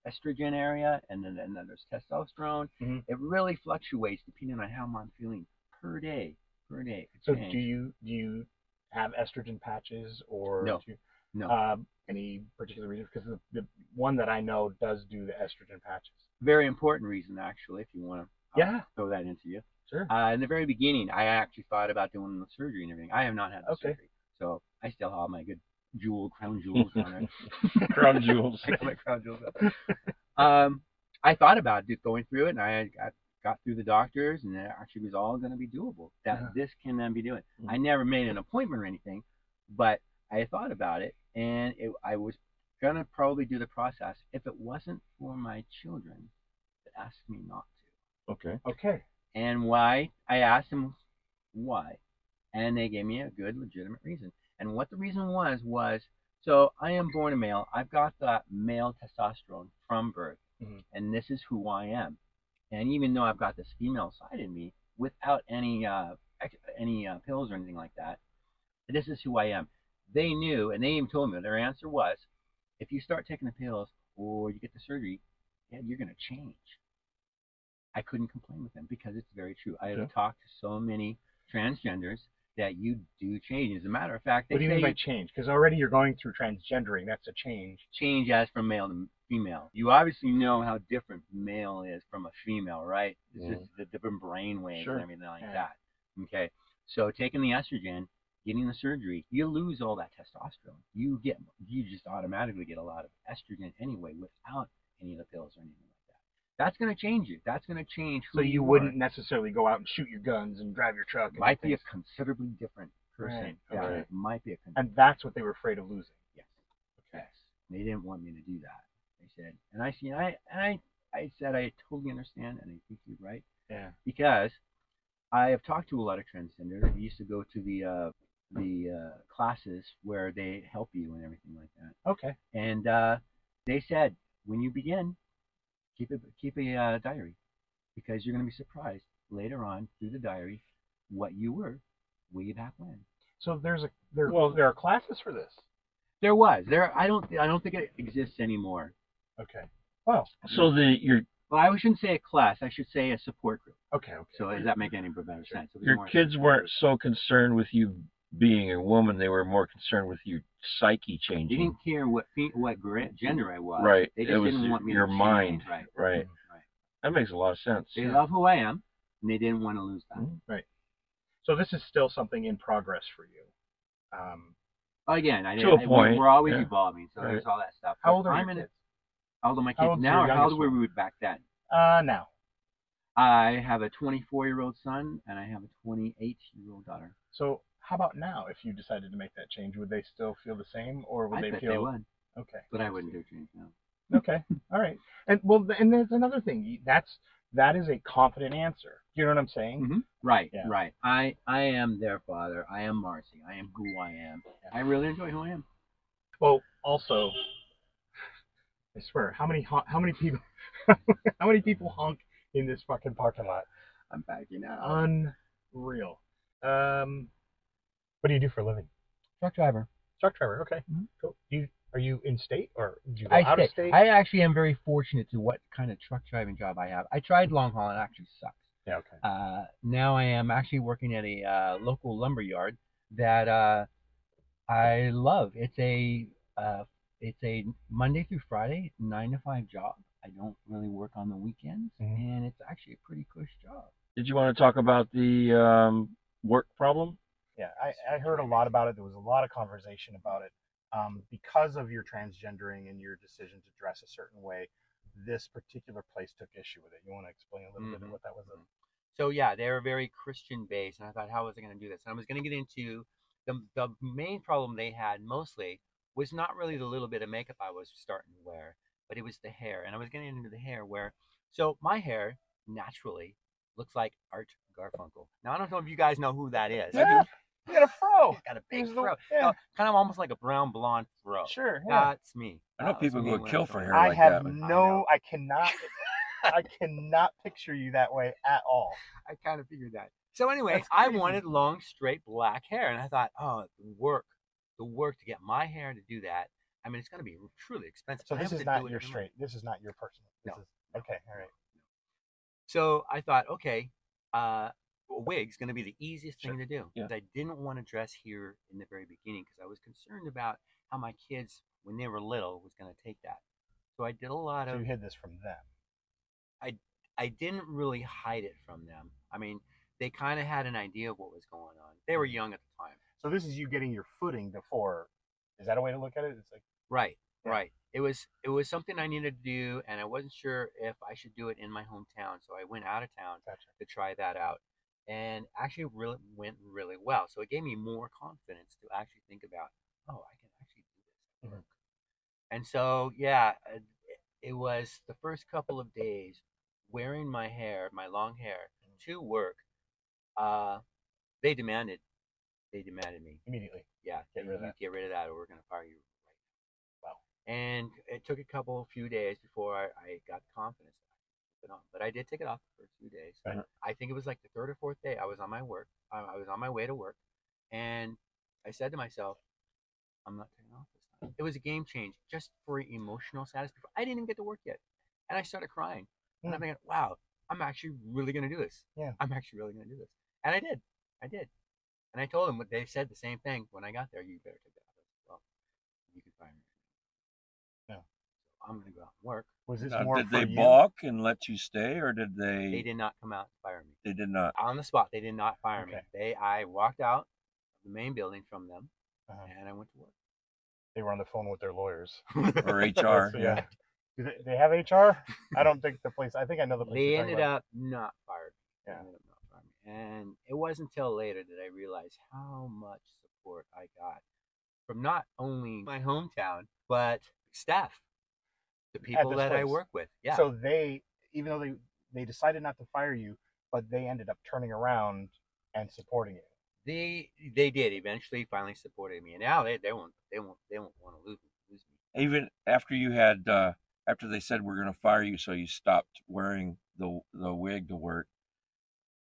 J: estrogen area, and then, and then there's testosterone.
A: Mhm.
J: It really fluctuates depending on how I'm feeling per day. Per day. It
A: So
J: change.
A: do you do you have estrogen patches or
J: No.
A: do you-
J: no.
A: um, any particular reason? Because the, the one that I know does do the estrogen patches.
J: Very important reason, actually, if you want to
A: Yeah.
J: throw that into you.
A: Sure.
J: Oh. Uh, in the very beginning, I actually thought about doing the surgery and everything. I have not had the
A: Okay.
J: surgery, so I still have my good jewel crown jewels on there.
H: Crown jewels.
J: (laughs) I got my crown jewels up. um, I thought about just going through it, and I got, got through the doctors, and it actually was all going to be doable. That
A: Yeah.
J: this can then be doing. I never made an appointment or anything, but I thought about it, and it, I was gonna probably do the process if it wasn't for my children that asked me not to.
H: Okay.
A: Okay.
J: And why? I asked them why, and they gave me a good, legitimate reason. And what the reason was was so I am born a male. I've got that male testosterone from birth,
A: Mhm.
J: and this is who I am. And even though I've got this female side in me, without any uh, ex- any uh, pills or anything like that, this is who I am. They knew, and they even told me their answer was, if you start taking the pills or you get the surgery, yeah, you're gonna change. I couldn't complain with them because it's very true. I have
H: Okay.
J: talked to so many transgenders that you do change. As a matter of fact, they
A: What do you
J: say
A: mean by change? Because already you're going through transgendering. That's a change.
J: change as from male to female. You obviously know how different male is from a female, right? It's
H: Yeah.
J: just the different brain waves
H: Sure.
J: and everything like
A: Yeah.
J: that. Okay. So taking the estrogen, getting the surgery, you lose all that testosterone. You get you just automatically get a lot of estrogen anyway without any of the pills or anything like that. That's gonna change you. That's gonna change who
A: So you
J: are.
A: wouldn't necessarily go out and shoot your guns and drive your truck. and do
J: might be a
A: things.
J: considerably different person.
A: Right,
J: Yeah,
H: okay.
J: it might be a con-
A: and that's what they were afraid of losing.
J: Yes. Yes. They didn't want me to do that. They said, and I see, and I, and I, I said I totally understand, and I think you're right.
A: Yeah.
J: Because I have talked to a lot of transgender. I used to go to the uh, the uh, classes where they help you and everything like that.
A: Okay.
J: And uh, they said, when you begin, keep a keep a uh, diary, because you're going to be surprised later on through the diary what you were way back when.
A: So there's a there
J: Well-
A: there are classes for this.
J: There was there. I don't I don't think it exists anymore.
A: Okay. Well,
H: So the your
J: Well, I shouldn't say a class. I should say a support group.
A: okay, okay.
J: So does that make any better sense? It'll be
H: your
J: more-
H: kids weren't so concerned with you being a woman; they were more concerned with your psyche
J: They
H: changing.
J: didn't care what fe- what gra- gender I was.
H: Right.
J: They
H: It
J: just
H: was
J: didn't want me
H: your
J: to change,
H: mind.
J: Right.
H: Right.
J: Right.
H: That makes a lot of sense.
J: They love who I am, and they didn't want to lose that.
A: Mm-hmm. So this is still something in progress for you. Um,
J: Again, I
H: To
J: didn't-
H: a
J: I- we-
H: point,
J: We're always
H: yeah.
J: evolving, so
H: Right.
J: there's all that stuff.
A: how
J: But
A: old are
J: I'm
A: your
J: in
A: kids?
J: it- How old are my
A: How
J: kids
A: old's
J: now?
A: your
J: Or how old
A: youngest
J: were
A: one?
J: we back then?
A: Uh, now.
J: I have a 24 year old son, and I have a 28 year old daughter.
A: So how about now? If you decided to make that change, would they still feel the same, or would
J: I
A: they
J: bet
A: feel
J: they would,
A: okay?
J: but I wouldn't do a change now. (laughs)
A: Okay. All right. And well, th- and there's another thing. You- That's that is a confident answer. You know what I'm saying?
J: Mhm. Right,
A: Yeah.
J: right. I I am their father. I am Marcy. I am who I am. I really enjoy who I am.
A: Well, also, I swear, how many hon- how many people (laughs) how many people honk in this fucking parking lot?
J: I'm backing out.
A: Unreal. Um, what do you do for a living?
J: Truck driver.
A: Truck driver. Okay.
J: Mhm.
A: Cool. Do you are you in state or do you go
J: I
A: out of
J: stay-
A: state?
J: I actually am very fortunate to what kind of truck driving job I have. I tried long haul and it actually sucks.
A: yeah. Okay.
J: Uh, now I am actually working at a uh, local lumber yard that uh, I love. It's a uh, it's a Monday through Friday nine to five job. I don't really work on the weekends,
A: Mhm.
J: and it's actually a pretty cush job.
H: Did you want to talk about the um, work problem?
K: Yeah, I, I heard a lot about it. There was a lot of conversation about it. Um, because of your transgendering and your decision to dress a certain way, this particular place took issue with it. You want to explain a little bit
A: Mm-hmm.
J: Mhm.
K: of what that was? about?
J: So yeah, they were very Christian based, and I thought, how was I going to do this? And I was going to get into the the main problem they had mostly was not really the little bit of makeup I was starting to wear, but it was the hair, and I was getting into the hair where, so my hair naturally looks like Art Garfunkel. Now I don't know if you guys know who that is.
A: Yeah, you got a fro.
J: He's got a
A: He's
J: big
A: the-
J: fro,
A: yeah.
J: No, kind of almost like a brown blonde fro.
A: Sure. yeah.
J: That's me.
H: I know
J: That was
H: people
J: me
H: who would
J: when I
H: kill
J: was
H: for
J: growing
H: hair
J: up.
H: I
K: I
H: like
K: have
H: that one.
K: no,
J: I know.
K: I cannot, I cannot picture you that way at all.
J: I kind of figured that. So anyway,
K: That's
J: I
K: crazy.
J: wanted long, straight black hair, and I thought, oh, the work, the work to get my hair to do that. I mean, it's going to be truly expensive.
K: So
J: I
K: this
J: have
K: is
J: to
K: not
J: do it
K: your
J: in my-
K: straight. This is not your personal. This
J: No.
K: is okay. All right.
J: So I thought, okay, uh, a wig's going to be the easiest
H: Sure.
J: thing to do.
H: Yeah.
J: But I didn't want to dress here in the very beginning because I was concerned about how my kids, when they were little, was going to take that. So I did a lot
K: So
J: of
K: you hid this from them.
J: I didn't really hide it from them. I mean, they kind of had an idea of what was going on. They were young at the time.
K: So this is you getting your footing before. Is that a way to look at it? It's like
J: Right,
K: Yeah.
J: right. It was it was something I needed to do, and I wasn't sure if I should do it in my hometown, so I went out of town
K: Gotcha.
J: to try that out, and actually really went really well. So it gave me more confidence to actually think about, oh, I can actually do this at
K: Mhm.
J: work. And so yeah, uh, it was the first couple of days wearing my hair, my long hair, to work. Uh, they demanded, they demanded me
K: immediately.
J: yeah,
K: Get rid of
H: Mm-hmm.
J: you
K: that.
J: Get rid of that, or we're gonna fire you. Right.
K: Wow.
J: And it took a couple, few days before I, I got confidence. to put it on. But I did take it off for a few days.
K: Right.
J: I think it was like the third or fourth day. I was on my work. I, I was on my way to work, and I said to myself, "I'm not taking it off this time." It was a game change, just for emotional satisfaction. I didn't even get to work yet, and I started crying. And I'm thinking, "Wow, I'm actually really gonna do this.
K: Hmm. Yeah.
J: I'm actually really gonna do this." And I did. I did. And I told them what they said the same thing when I got there. You better take that off. Well, you can fire me.
K: Yeah.
J: So I'm gonna go out and work.
K: Was this
H: Now,
K: more
H: Uh, did
K: for
H: they
K: you?
H: balk and let you stay, or did they?
J: They did not come out and fire me
H: They did not.
J: on the spot. They did not fire me.
K: Okay.
J: They I walked out of the main building from them
K: Uh-huh.
J: and I went to work.
K: They were on the phone with their lawyers.
H: (laughs)
K: (laughs)
H: Or HR.
K: So, yeah. Do they, they have HR? I don't think the place. I think I know the place.
J: They
K: you're talking
J: ended
K: about.
J: up not fired. me. They
K: Yeah.
J: ended up not firing me. And it wasn't until later that I realized how much support I got from not only my hometown, but staff, the people
A: this
J: that I
A: place.
J: work with. Yeah.
A: So they, even though they they decided not to fire you, but they ended up turning around and supporting you.
J: they they did eventually finally supported me and now they, they won't they won't they won't want to lose, lose me
F: Even after you had, uh, after they said we're going to fire you, so you stopped wearing the the wig to work.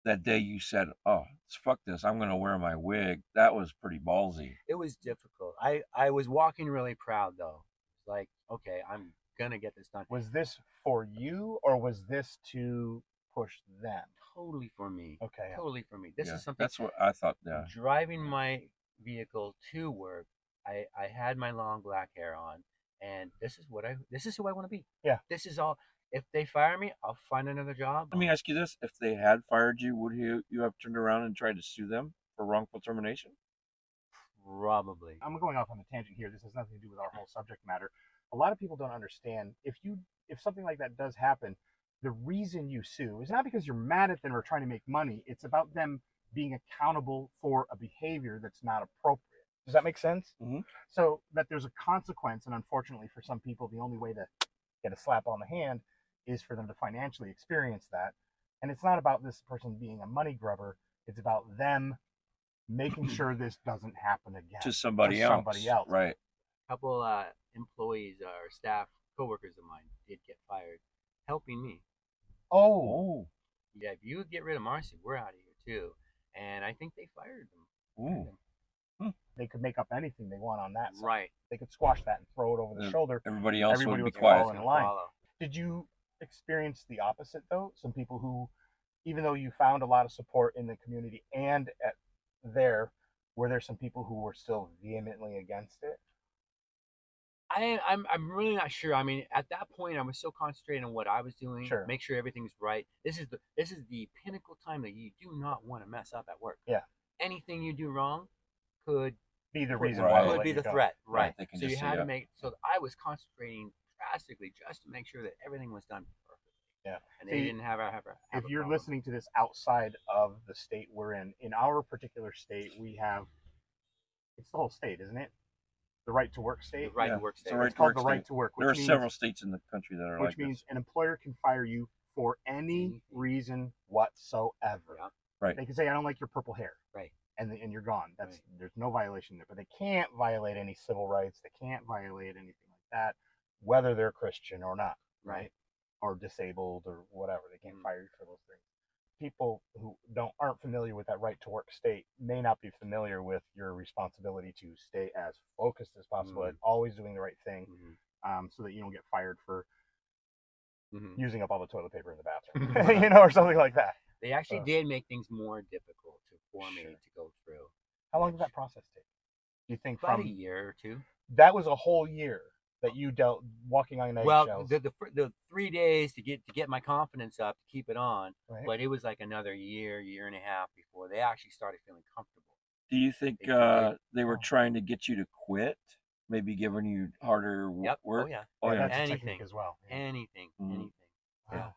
F: That day you said, "Oh, fuck this! I'm going to wear my wig." That was pretty ballsy.
J: it was difficult i i was walking really proud though like okay i'm gonna get this done
A: Was this for you or was this to push them?
J: totally for me
A: Okay.
J: totally for me this
F: Yeah,
J: is something
F: That's what I thought. Yeah.
J: driving my vehicle to work i i had my long black hair on and this is what i this is who i want to be
A: Yeah.
J: this is all if they fire me i'll find another job
F: Let me ask you this: If they had fired you, would you you have turned around and tried to sue them for wrongful termination?
J: probably
A: I'm going off on a tangent here. This has nothing to do with our whole subject matter. A lot of people don't understand if you if something like that does happen, the reason you sue is not because you're mad at them or trying to make money. It's about them being accountable for a behavior that's not appropriate. Does that make sense?
F: Mhm.
A: So that there's a consequence, and unfortunately for some people, the only way to get a slap on the hand is for them to financially experience that. And it's not about this person being a money grubber. It's about them making sure this doesn't happen again
F: to somebody
A: to
F: else.
A: somebody else.
F: Right.
J: couple uh, employees or staff coworkers of mine did get fired, helping me.
A: Oh,
F: Oh.
J: Yeah, if you get rid of Marcy, we're out of here too. And I think they fired them.
F: Ooh.
A: they could make up anything they want on that. side.
J: Right.
A: They could squash that and throw it over the
F: Yeah.
A: shoulder.
F: Everybody else
A: Everybody
F: would
A: would
F: be quiet.
A: follow in
J: Gonna
A: line.
J: follow.
A: Did you experience the opposite though? Some people who, even though you found a lot of support in the community and at there, were there some people who were still vehemently against it?
J: I, I'm, I'm really not sure. I mean, at that point, I was so concentrated on what I was doing,
A: Sure.
J: make sure everything's right. This is the this is the pinnacle time that you do not want to mess up at work.
A: Yeah.
J: Anything you do wrong could
A: Be the
J: could-
A: reason
F: Right.
A: why they
J: could
A: let
J: be
A: you
J: the
A: go.
J: threat,
F: Right,
J: right?
F: they can
J: So you
F: just say,
J: had
F: yeah.
J: to make. So I was concentrating drastically just to make sure that everything was done perfectly.
A: Yeah.
J: and they
A: See,
J: didn't have a have a. have
A: if
J: a
A: you're
J: problem.
A: listening to this outside of the state we're in, in our particular state, we have it's the whole state, isn't it? The right to work
J: the
A: state.
J: right
F: Yeah,
J: to work
F: it's the
J: state.
F: right
A: It's called
F: work
A: the right to work.
F: There are
A: which means-
F: several states in the country that are
A: which
F: like
A: means
F: this.
A: an employer can fire you for any reason whatsoever.
J: Mm-hmm. Yeah.
F: Right.
A: They can say, "I don't like your purple hair,"
J: Right.
A: and and you're gone. That's there's no violation there, but they can't violate any civil rights. They can't violate anything like that, whether they're Christian or not, right? Or disabled or whatever. They can't
J: Mm.
A: fire you for those things. People who don't aren't familiar with that right to work state may not be familiar with your responsibility to stay as focused as possible,
J: Mm.
A: at always doing the right thing,
J: Mhm.
A: um, so that you don't get fired for
J: Mhm.
A: using up all the toilet paper in the
J: (laughs)
A: bathroom, (laughs) you know, or something like that.
J: They actually
A: Uh,
J: did make things more difficult to, for me
A: sure.
J: to go through.
A: How long did that process take? Do you think
J: About a
A: from
J: year or two.
A: that was a whole year that you dealt walking on eggshells?
J: Well, the, the fir- the three days to get to get my confidence up to keep it on,
A: right?
J: but it was like another year, year and a half before they actually started feeling comfortable.
F: Do you think
J: They-
F: uh, they were
A: Oh.
F: trying to get you to quit? Maybe giving you harder w-
J: Yep.
F: work?
J: Oh yeah.
F: Oh,
A: yeah,
F: yeah.
A: that's a technique
J: anything.
A: as well. yeah. Mm-hmm.
J: Anything.
F: Mhm.
J: Anything.
A: Wow.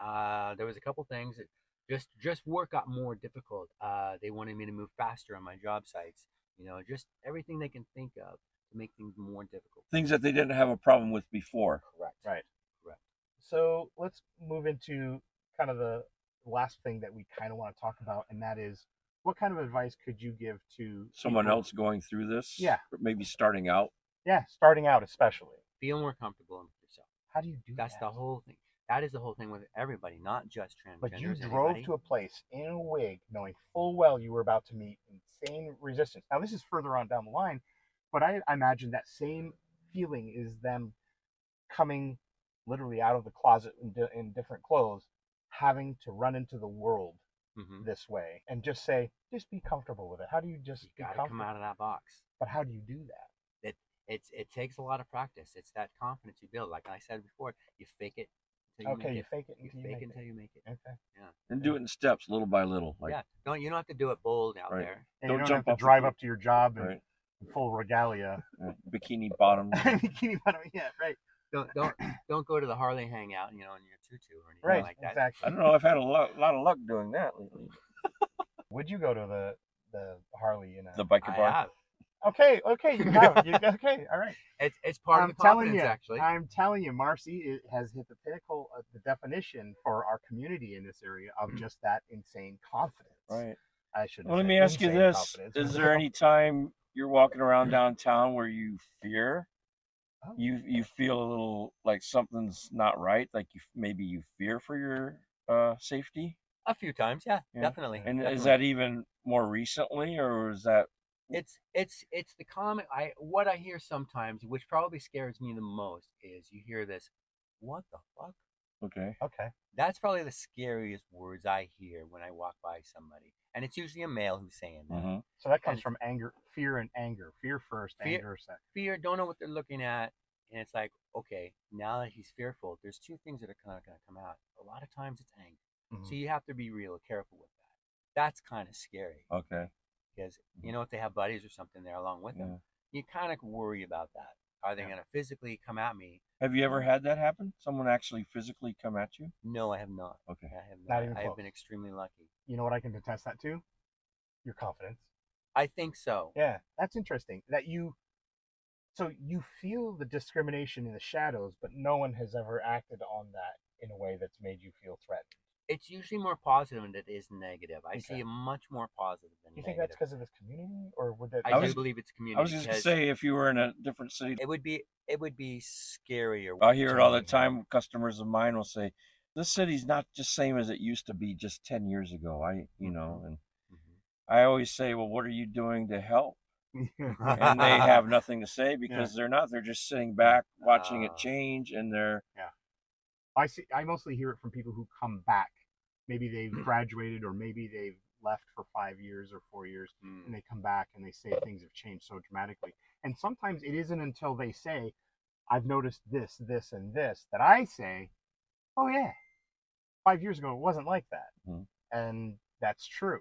J: Uh, there was a couple things that just just work got more difficult. Uh, they wanted me to move faster on my job sites. You know, just everything they can think of to make things more difficult.
F: Things that they didn't have a problem with before.
J: Correct.
A: Right. So let's move into kind of the last thing that we kind of want to talk about, and that is what kind of advice could you give to
F: Someone
A: people-
F: else going through this?
A: Yeah.
F: or Maybe starting out.
A: Yeah, starting out especially.
J: Feel more comfortable with yourself.
A: How do you do
J: That's
A: that?
J: the whole thing. That is the whole thing with everybody, not just transgenders.
A: But you drove
J: anybody.
A: to a place in a wig knowing full well you were about to meet insane resistance. Now, this is further on down the line, but I imagine that same feeling is them coming literally out of the closet in, di- in different clothes, having to run into the world
J: Mhm.
A: this way and just say, just be comfortable with it. How do you just
J: You
A: be
J: got to come
A: comfortable?
J: out of that box.
A: But how do you do that?
J: It's it takes a lot of practice. It's that confidence you build. Like I said before, you fake it. Until you
A: okay,
J: make
A: you
J: it.
A: fake it
J: You
A: until you,
J: fake
A: make
J: it until you make it.
A: it. Okay.
F: And do it in steps, little by little. Like,
J: yeah. Don't you don't have to do it bold out
F: Right.
J: there.
A: And you
F: Don't
A: don't
F: jump
A: have
F: off
A: to
F: the
A: drive
F: cliff.
A: up to your job in
F: Right.
A: full regalia. (laughs)
J: (laughs)
F: uh, Bikini bottom.
A: Keep out of- yeah, right.
J: don't don't don't go to the Harley hangout, you know, in your tutu or anything
A: Right.
J: like that.
A: exactly.
F: I don't know. I've had a lot, lot of luck doing that lately.
A: would you go to the the Harley? You know.
D: The biker
J: I
D: bar.
J: have.
A: (laughs) Okay, okay, you have. You, okay, all right.
J: It's it's part
A: I'm
J: of the
A: telling
J: confidence,
A: you,
J: actually.
A: I'm telling you, Marcy i- has hit the pinnacle of the definition for our community in this area of just that insane confidence.
D: Right.
A: I should.
D: Well, let me ask you this: Is
A: (laughs)
D: there any time you're walking around downtown where you fear,
A: Oh.
D: you you feel a little like something's not right, like you maybe you fear for your uh, safety?
J: A few times, yeah,
D: Yeah.
J: definitely.
D: And is
J: definitely.
D: that even more recently, or is that
J: it's it's it's the common I what I hear sometimes, which probably scares me the most, is you hear this, what the fuck?
D: okay?
A: Okay.
J: That's probably the scariest words I hear when I walk by somebody, and it's usually a male who's saying that.
D: Mhm.
A: So that comes
J: And-
A: from anger, fear, and anger. Fear first,
J: Fear-
A: anger second.
J: Fear, don't know what they're looking at, and it's like, okay, now that he's fearful, there's two things that are kind of going to come out. A lot of times it's anger,
A: Mm-hmm.
J: so you have to be real careful with that. That's kind of scary.
D: Okay.
J: because
A: Mm-hmm.
J: you know if they have buddies or something there along with them, you kind of worry about that. Are they going to physically come at me?
D: Have you ever had that happen? Someone actually physically come at you?
J: No, I have not.
D: Okay.
J: I have
A: Not
J: not.
A: even
J: I have
A: close.
J: been extremely lucky.
A: You know what I can attest that to? Your confidence.
J: I think so.
A: Yeah, that's interesting. That you, so you feel the discrimination in the shadows, but no one has ever acted on that in a way that's made you feel threatened.
J: It's usually more positive than it is negative. I see
A: Okay.
J: it much more positive than
A: Do you think
J: negative.
A: that's because of this community, or would that?
J: I,
D: I
J: do
D: was-
J: believe it's community.
D: I was just gonna
J: because
D: say if you were in a different city,
J: it would be it would be scarier.
D: I hear it all the
J: to me.
D: time. Customers of mine will say, "This city's not just same as it used to be just ten years ago." I, you know, and
J: Mhm.
D: I always say, "Well, what are you doing to help?"
A: (laughs)
D: And
J: Mm-hmm.
D: they
J: (laughs)
D: have nothing to say because they're not. They're just sitting back watching
J: Ah.
D: it change, and they're
A: I see. I mostly hear it from people who come back. Maybe they've graduated, or maybe they've left for five years or four years, and they come back and they say things have changed so dramatically. And sometimes it isn't until they say, "I've noticed this, this, and this," that I say, "Oh yeah, five years ago it wasn't like that,"
D: Mhm.
A: and that's true.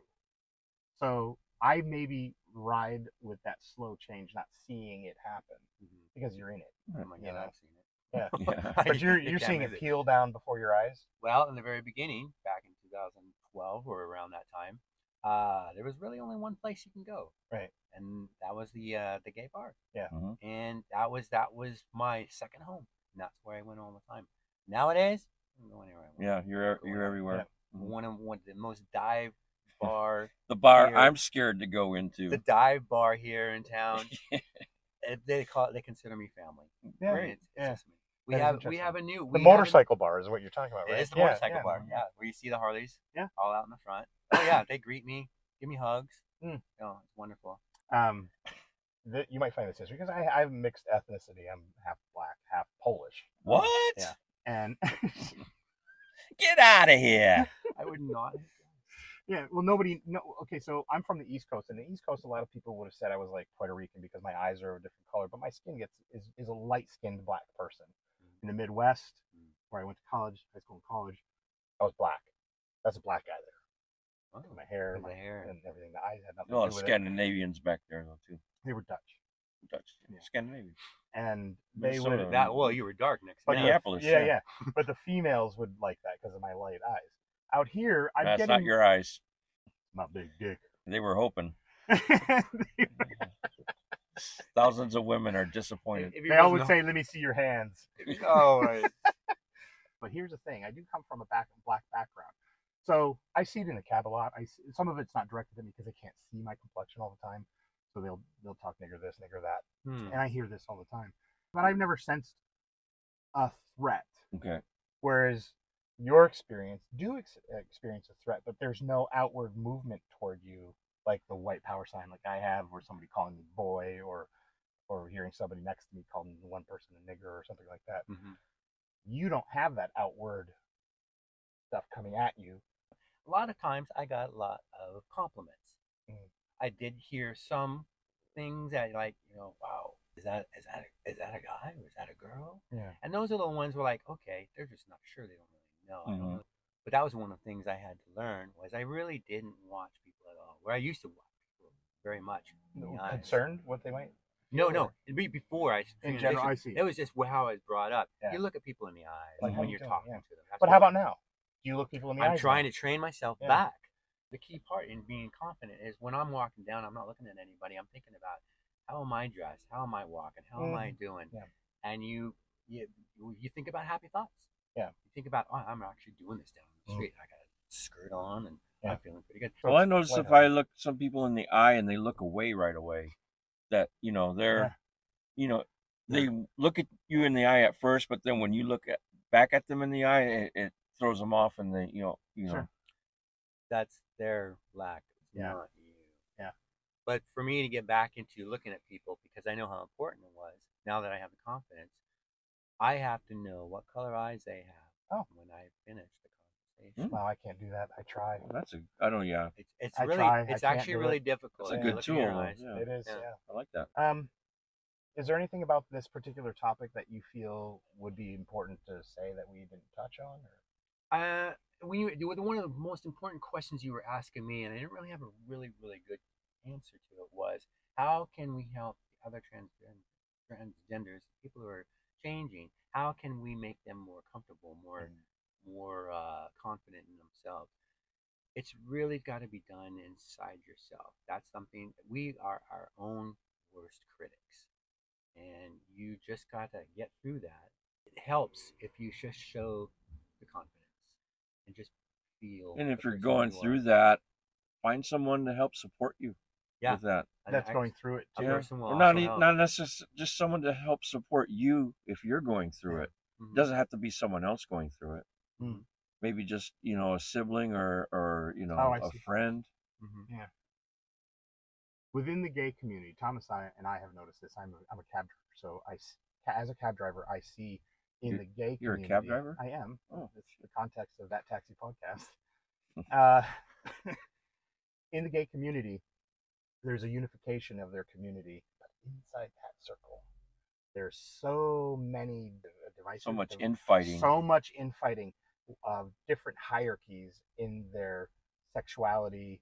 A: So I maybe ride with that slow change, not seeing it happen
J: Mhm.
A: because you're in it.
J: Oh my
A: You
J: god,
A: know.
J: I've seen it. (laughs)
D: yeah.
A: But you're you're
J: Yeah,
A: seeing
J: maybe.
A: it peel down before your eyes.
J: Well, in the very beginning, back in 2012 or around that time, uh, there was really only one place you can go.
A: Right.
J: And that was the uh, the gay bar.
A: Yeah.
D: Mhm.
J: And that was that was my second home. And that's where I went all the time. Nowadays, I don't go anywhere. I want.
D: yeah, you're you're everywhere.
A: Mm-hmm.
J: One of one of the most
A: (laughs)
J: dive bar,
D: The bar
J: Here.
D: I'm scared to go into.
J: the dive bar here in
A: (laughs)
J: town. Uh, they call it, they consider me family.
A: Yeah.
J: It's- it's
A: Yeah.
J: just me. We
A: That is
J: have we
A: interesting.
J: have a new
A: The
J: we have a-
A: motorcycle bar is what you're talking about,
J: It
A: right?
J: is the
A: Yeah,
J: motorcycle
A: yeah.
J: bar, yeah, where you see the Harleys,
A: Yeah.
J: all out in the
A: (laughs)
J: front. Oh yeah, they greet me, give me hugs.
A: Mm.
J: Oh, it's wonderful.
A: Um, th- you might find this history because I, I have mixed ethnicity. I'm half black, half Polish, Um,
D: what?
A: Yeah. and (laughs)
D: Get out of here!
J: I
A: (laughs)
J: would not.
A: yeah, well, nobody. No, okay, so I'm from the East Coast, and the East Coast, a lot of people would have said I was like Puerto Rican because my eyes are of a different color, but my skin gets is, is a light skinned black person.
J: Mm.
A: In the Midwest, where I went to college, high school and college, I was black. That's a black guy there.
J: Oh,
A: My hair, my
J: Look at the hair.
A: and everything. The eyes had nothing
D: A lot
A: to
D: of
A: do with it.
D: Scandinavians back there though too.
A: They were Dutch,
D: Dutch,
A: Yeah.
D: Scandinavians.
A: and they
D: Minnesota.
A: would
D: Mm.
J: that well, you were dark next. to
A: But
J: me.
A: yeah,
D: Minneapolis.
A: yeah, yeah. But the females would like that because of my light eyes. Out here, I'm
D: That's
A: getting
D: not your eyes.
A: my big dick.
D: They
A: (laughs)
D: were hoping. Thousands of women are disappointed.
J: If you
A: they all would
J: wasn't
A: say, "Let me see your hands."
J: (laughs) a- oh, right.
A: (laughs) But here's the thing: I do come from a back black background, so I see it in the cab a lot. I see, some of it's not directed at me because they can't see my complexion all the time, so they'll they'll talk nigger this, nigger that,
J: Hmm.
A: and I hear this all the time. But I've never sensed a threat.
D: Okay.
A: whereas your experience do ex- experience a threat but there's no outward movement toward you like the white power sign like i have or somebody calling me boy or or hearing somebody next to me calling one person a nigger or something like that
J: Mhm.
A: you don't have that outward stuff coming at you
J: A lot of times, I got a lot of compliments.
A: Mm.
J: I did hear some things that, like, you know, wow, is that is that a, is that a guy or is that a girl?
A: yeah
J: And those are the ones where like, okay, they're just not sure. They don't really know. I don't
A: Mm-hmm.
D: Mhm.
J: know. But that was one of the things I had to learn was I really didn't watch people at all. Where I used to watch people very much. Nice.
A: concerned what they might
J: No, no. It'd be before I
A: in general i see
J: It was just wh- how I was brought up.
A: Yeah.
J: You look at people in the eyes
A: Like, how
J: when
A: you
J: you're
A: doing?
J: talking
A: Yeah.
J: to them. That's
A: but
J: what
A: how about
J: I-
A: now do you look people in the
J: I'm
A: eyes
J: trying
A: now?
J: to train myself
A: Yeah.
J: back the key part in being confident is when I'm walking down, I'm not looking at anybody. I'm thinking about how am I dressed? How am I walking? How am
A: Mm.
J: I doing?
A: Yeah.
J: And you, you you think about happy thoughts.
A: Yeah.
J: You think about oh, I'm actually doing this down
H: Mm.
J: the street. I got a skirt on and
A: Yeah.
J: I'm feeling pretty good.
H: Well, I notice
A: Why
H: if
A: not?
H: I look some people in the eye and they look away right away, that you know they're,
A: Yeah.
H: you know, they look at you in the eye at first, but then when you look at back at them in the eye, it, it throws them off, and they you know you know
A: Sure.
J: that's their lack. It's
A: Yeah.
J: not you.
A: Yeah.
J: But for me to get back into looking at people because I know how important it was, now that I have the confidence, I have to know what color eyes they have
A: Oh.
J: when I finish the conversation.
A: Wow, I can't do that. I tried.
H: that's a I don't yeah
J: It's, it's
A: I
J: really,
A: try, I
J: it's
A: can't
J: actually
A: do it.
J: really difficult.
H: that's a
J: to
H: good
J: look in their
H: tool.
J: eyes.
H: Yeah,
A: It is.
J: Yeah.
A: yeah.
H: I like that.
A: Um, is there anything about this particular topic that you feel would be important to say that we didn't touch on? Or?
J: Uh, when you the- one of the most important questions you were asking me, and I didn't really have a really really good answer to it was how can we help the other transgen- transgenders, people who are changing? How can we make them more comfortable, more
H: Mm.
J: more uh, confident in themselves? It's really got to be done inside yourself. That's something we are our own worst critics, and you just got to get through that. It helps if you just show the confidence and just feel.
H: And
J: the
H: if you're
J: person
H: going
J: you are.
H: through that, find someone to help support you
J: Yeah.
H: with that.
J: An
A: That's
J: ex-
A: going through it
J: a
A: too.
H: Yeah.
J: person will
H: Or not
J: also
H: e-
J: help.
H: not necessarily just someone to help support you if you're going through it.
J: Mhm.
H: It doesn't have to be someone else going through it.
J: Mm.
A: Mhm.
H: Maybe just you know a sibling or or you know
A: Oh, I
H: a
A: see.
H: friend.
J: Mhm.
A: Within the gay community, Thomas and I, and I have noticed this. I'm a, I'm a cab driver, so I s- ca- as a cab driver, I see in
H: You-
A: the gay.
H: you're a
A: community,
H: cab driver?
A: I am.
H: Oh.
A: It's the context of that taxi podcast. (laughs) uh, (laughs) in the gay community, there's a unification of their community, but inside that circle, there's so many d- uh, devices.
H: So much
A: div-
H: infighting.
A: so much infighting of different hierarchies in their sexuality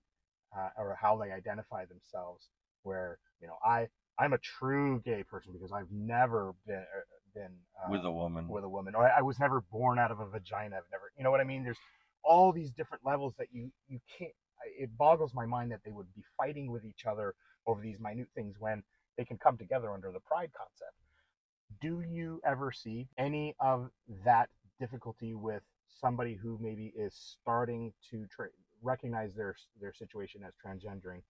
A: uh, or how they identify themselves where you know i i'm a true gay person because i've never been er, been uh,
H: with a woman.
A: with a woman or I, I was never born out of a vagina i've never you know what i mean there's all these different levels that you you can't I- it boggles my mind that they would be fighting with each other over these minute things when they can come together under the pride concept do you ever see any of that difficulty with somebody who maybe is starting to tra- recognize their their situation as transgendering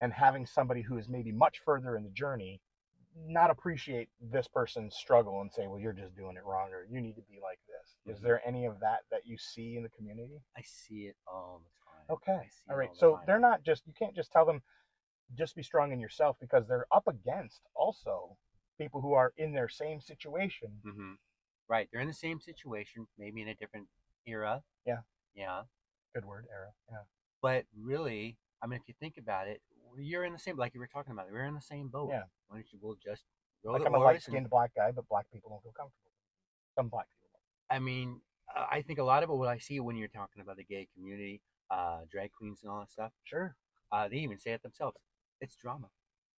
A: and having somebody who is maybe much further in the journey not appreciate this person's struggle and say well you're just doing it wrong or you need to be like this
H: Mm-hmm.
A: is there any of that that you see in the community
J: I see it all the time.
A: okay
J: I see it
A: all right
J: the
A: so
J: time.
A: they're not just you can't just tell them just be strong in yourself because they're up against also people who are in their same situation
H: Mm.
J: Mhm. Right, they're in the same situation, maybe in a different era.
A: Yeah.
J: Yeah.
A: good word era yeah
J: But really, I mean, if you think about it, you're in the same like you were talking about. We're in the same boat.
A: Yeah.
J: Why don't you? We'll just row
A: Like
J: the
A: I'm a
J: oars and-
A: light skinned black guy, but black people don't feel comfortable. Some black people.
J: I mean, uh, I think a lot of it, what I see when you're talking about the gay community, uh, drag queens and all that stuff,
A: Sure.
J: uh, they even say it themselves. It's drama.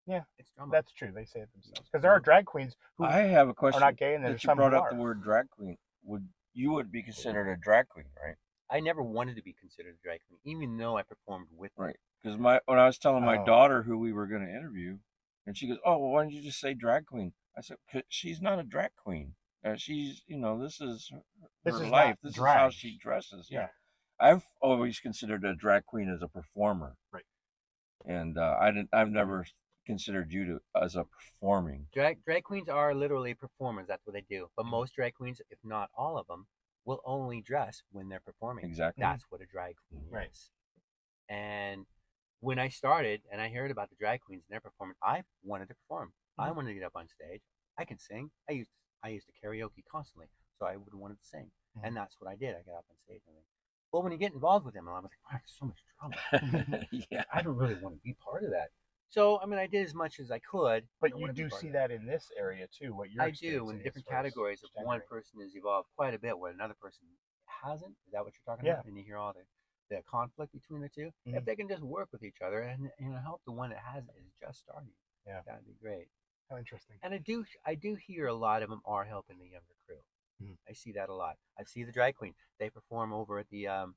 A: Yeah,
J: It's drama.
A: That's true. They say it themselves. Because there are drag queens who
H: Hmm. I have a
A: are
H: question.
A: not gay and
H: that
A: there's
H: you
A: some who
H: brought up
A: are.
H: the word drag queen. Would you would be considered a drag queen, right?
J: I never wanted to be considered a drag queen, even though I performed with them.
H: Right. Because my when I was telling my
A: Oh.
H: daughter who we were going to interview, and she goes, "Oh, well, why don't you just say drag queen?" I said, "'Cause "She's not a drag queen. Uh, she's you know this is her,
A: This
H: her
A: is
H: life.
A: not
H: This is
A: drag.
H: how she dresses." Yeah.
A: Yeah.
H: I've always considered a drag queen as a performer.
A: Right.
H: And uh, I didn't. (laughs) I've never considered you to as a performing.
J: Drag, drag queens are literally performers. That's what they do. But most drag queens, if not all of them, will only dress when they're performing.
H: Exactly.
J: That's what a drag queen
A: Right.
J: is. And when I started and I heard about the drag queens and their performance, I wanted to perform.
A: Mm-hmm.
J: I wanted to get up on stage. I can sing. I used I used to karaoke constantly, so I would wanted to sing,
A: Mm-hmm.
J: and that's what I did. I got up on stage. And I, well, when you get involved with them, I was like, wow, there's so much drama.
H: yeah.
J: I don't really want to be part of that. So I mean, I did as much as I could. I
A: But you
J: wanna be
A: do
J: part of
A: see
J: it.
A: that in this area too, what you're
J: I do in
A: experiencing
J: different
A: as far as
J: categories. If one
A: gendering.
J: person has evolved quite a bit, where another person hasn't, is that what you're talking
A: Yeah.
J: about? And you hear all the, the conflict between the 2 If
A: Mhm.
J: they can just work with each other and you know help the one that has is just starting,
A: Yeah.
J: that'd be great.
A: How interesting.
J: And I do I do hear a lot of them are helping the younger crew.
A: Mhm.
J: I see that a lot. I see the drag queen. They perform over at the um,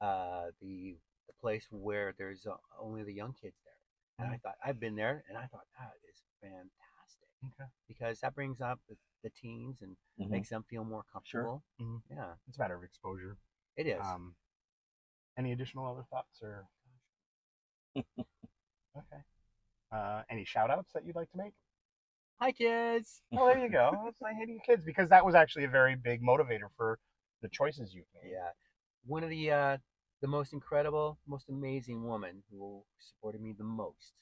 J: uh, the the place where there's uh, only the young kids there. And I
A: Mm-hmm.
J: thought I've been there, and I thought that is fantastic
L: Okay.
J: because that brings up the, the teens and
F: Mhm.
J: makes them feel more comfortable. Mm-hmm.
A: Mhm.
J: Yeah,
L: It's a matter of exposure.
J: it is.
A: Um,
L: Any additional other thoughts
J: (laughs)
L: or? okay. Uh, any shout outs that you'd like to
J: (laughs)
L: make?
J: Hi, kids.
L: Well, there you go. Let's say hey to your kids because that was actually a very big motivator for the choices you've made.
J: Yeah, one of the uh, the most incredible, most amazing woman who supported me the most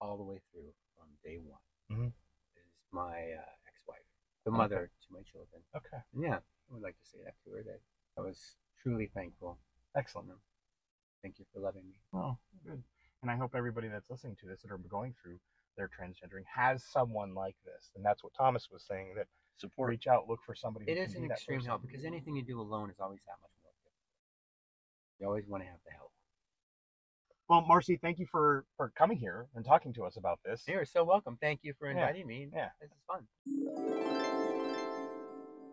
J: all the way through from day one
A: Mhm.
J: is my uh, ex-wife, the mother to my children.
L: Okay.
J: And yeah, I would like to say that to her that I was truly thankful.
L: Excellent.
J: Thank you for loving me.
L: Oh, good. And I hope everybody that's listening to this that are going through their transgendering has someone like this. And that's what Thomas was saying that
F: Support.
L: reach out, look for somebody. who
J: It
L: can
J: is
L: be
J: an
L: that
J: extreme
L: person.
J: help because anything you do alone is always that much more difficult. You always want to have the help.
L: Well, Marcy, thank you for for coming here and talking to us about this.
J: You're so welcome. Thank you for
L: Yeah.
J: inviting me.
L: Yeah.
J: This is fun.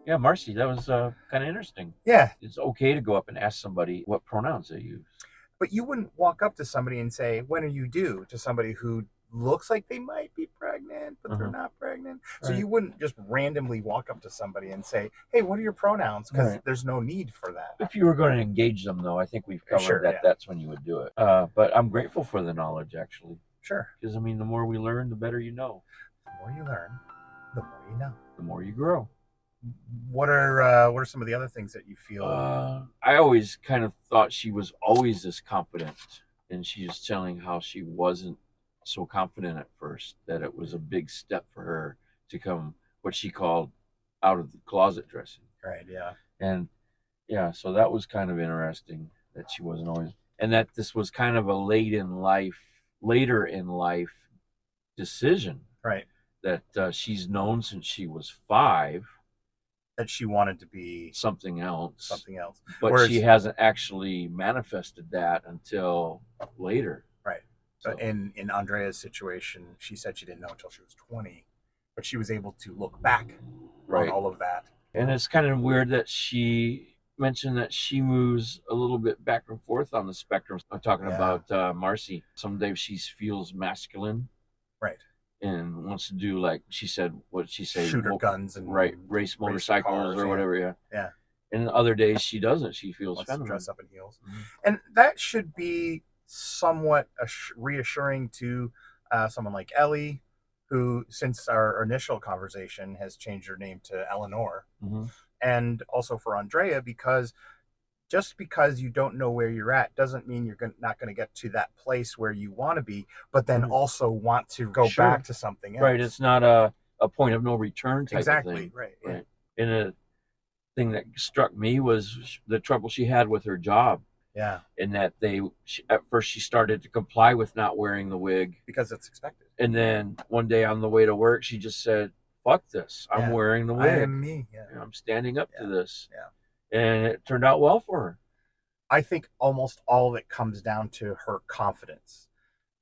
H: Yeah, Marcy, that was uh, kind of interesting.
A: yeah,
H: It's okay to go up and ask somebody what pronouns they use.
A: but you wouldn't walk up to somebody and say, "When are you due?" to somebody who looks like they might be pregnant, but they're
H: Uh-huh.
A: not pregnant. So
H: Right.
A: you wouldn't just randomly walk up to somebody and say, "Hey, what are your pronouns?" Because
H: Right.
A: there's no need for that.
H: If you were going to engage them, though, I think we've covered
A: Sure,
H: that.
A: yeah.
H: That's when you would do it. Uh, but I'm grateful for the knowledge, actually,
A: Sure.
H: because I mean, the more we learn, the better you know,
A: The more you learn, the more you know.
H: the more you grow.
A: What are uh, what are some of the other things that you feel?
H: Uh, I always kind of thought she was always this confident, and she was telling how she wasn't so confident at first. That it was a big step for her to come what she called out of the closet dressing.
A: right. Yeah.
H: and yeah so that was kind of interesting that she wasn't always and that this was kind of a late in life later in life decision
A: Right.
H: that uh, she's known since she was five
A: That she wanted to be
H: something else
A: something else.
H: but
A: whereas-
H: she hasn't actually manifested that until later
A: Right.
H: so,
A: But in in Andrea's situation, she said she didn't know until she was 20, but she was able to look back on
H: right
A: all of that.
H: and it's kind of weird that she mentioned that she moves a little bit back and forth on the spectrum i'm talking
A: Yeah.
H: about uh, marcy someday she feels masculine
A: Right.
H: and wants to do like she said what she say
A: Shooter
H: mo-
A: guns and
H: right race motorcycles
A: cars,
H: or
A: yeah.
H: whatever yeah
A: Yeah.
H: and other days she doesn't she feels
A: wants to
H: feminine
A: dress up in heels.
H: Mhm.
A: And that should be somewhat assu- reassuring to uh, someone like Ellie, who, since our initial conversation, has changed her name to Eleanor,
H: Mhm.
A: and also for Andrea, because just because you don't know where you're at doesn't mean you're gon- not going to get to that place where you want to be, but then
H: Mhm.
A: also want to go
H: Sure.
A: back to something else.
H: right it's not a, a point of no return type of
A: exactly
H: thing
A: right. yeah.
H: Right. and a thing that struck me was the trouble she had with her job
A: Yeah,
H: and that they she, at first she started to comply with not wearing the wig
A: because it's expected.
H: and then one day on the way to work she just said fuck this i'm
A: Yeah.
H: wearing the wig
A: I am me. Yeah.
H: and I'm standing up to this.
A: yeah.
H: And it turned out well for her.
A: I think almost all of it comes down to her confidence.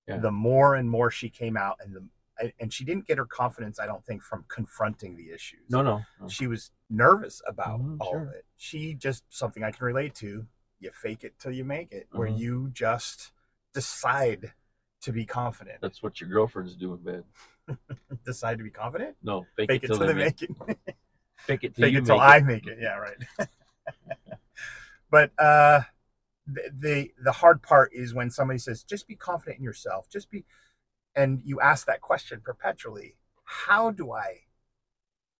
H: Yeah.
A: The more and more she came out, and the and she didn't get her confidence, I don't think, from confronting the issues.
H: No, no. no.
A: she was nervous about
H: Mhm,
A: all
H: Oh. sure.
A: of it. She just something I can relate to. You fake it till you make it, where
H: Mhm.
A: you just decide to be confident.
H: That's what your girlfriends do in bed.
A: (laughs) decide to be confident.
H: No, fake,
A: Fake
H: it till they make,
A: it.
H: fake
A: (laughs)
H: it till
A: Fake
H: you
A: it till
H: make
A: I
H: it.
A: make it. Yeah, right. (laughs) but uh, the, the the hard part is when somebody says, "Just be confident in yourself. Just be," and you ask that question perpetually. How do I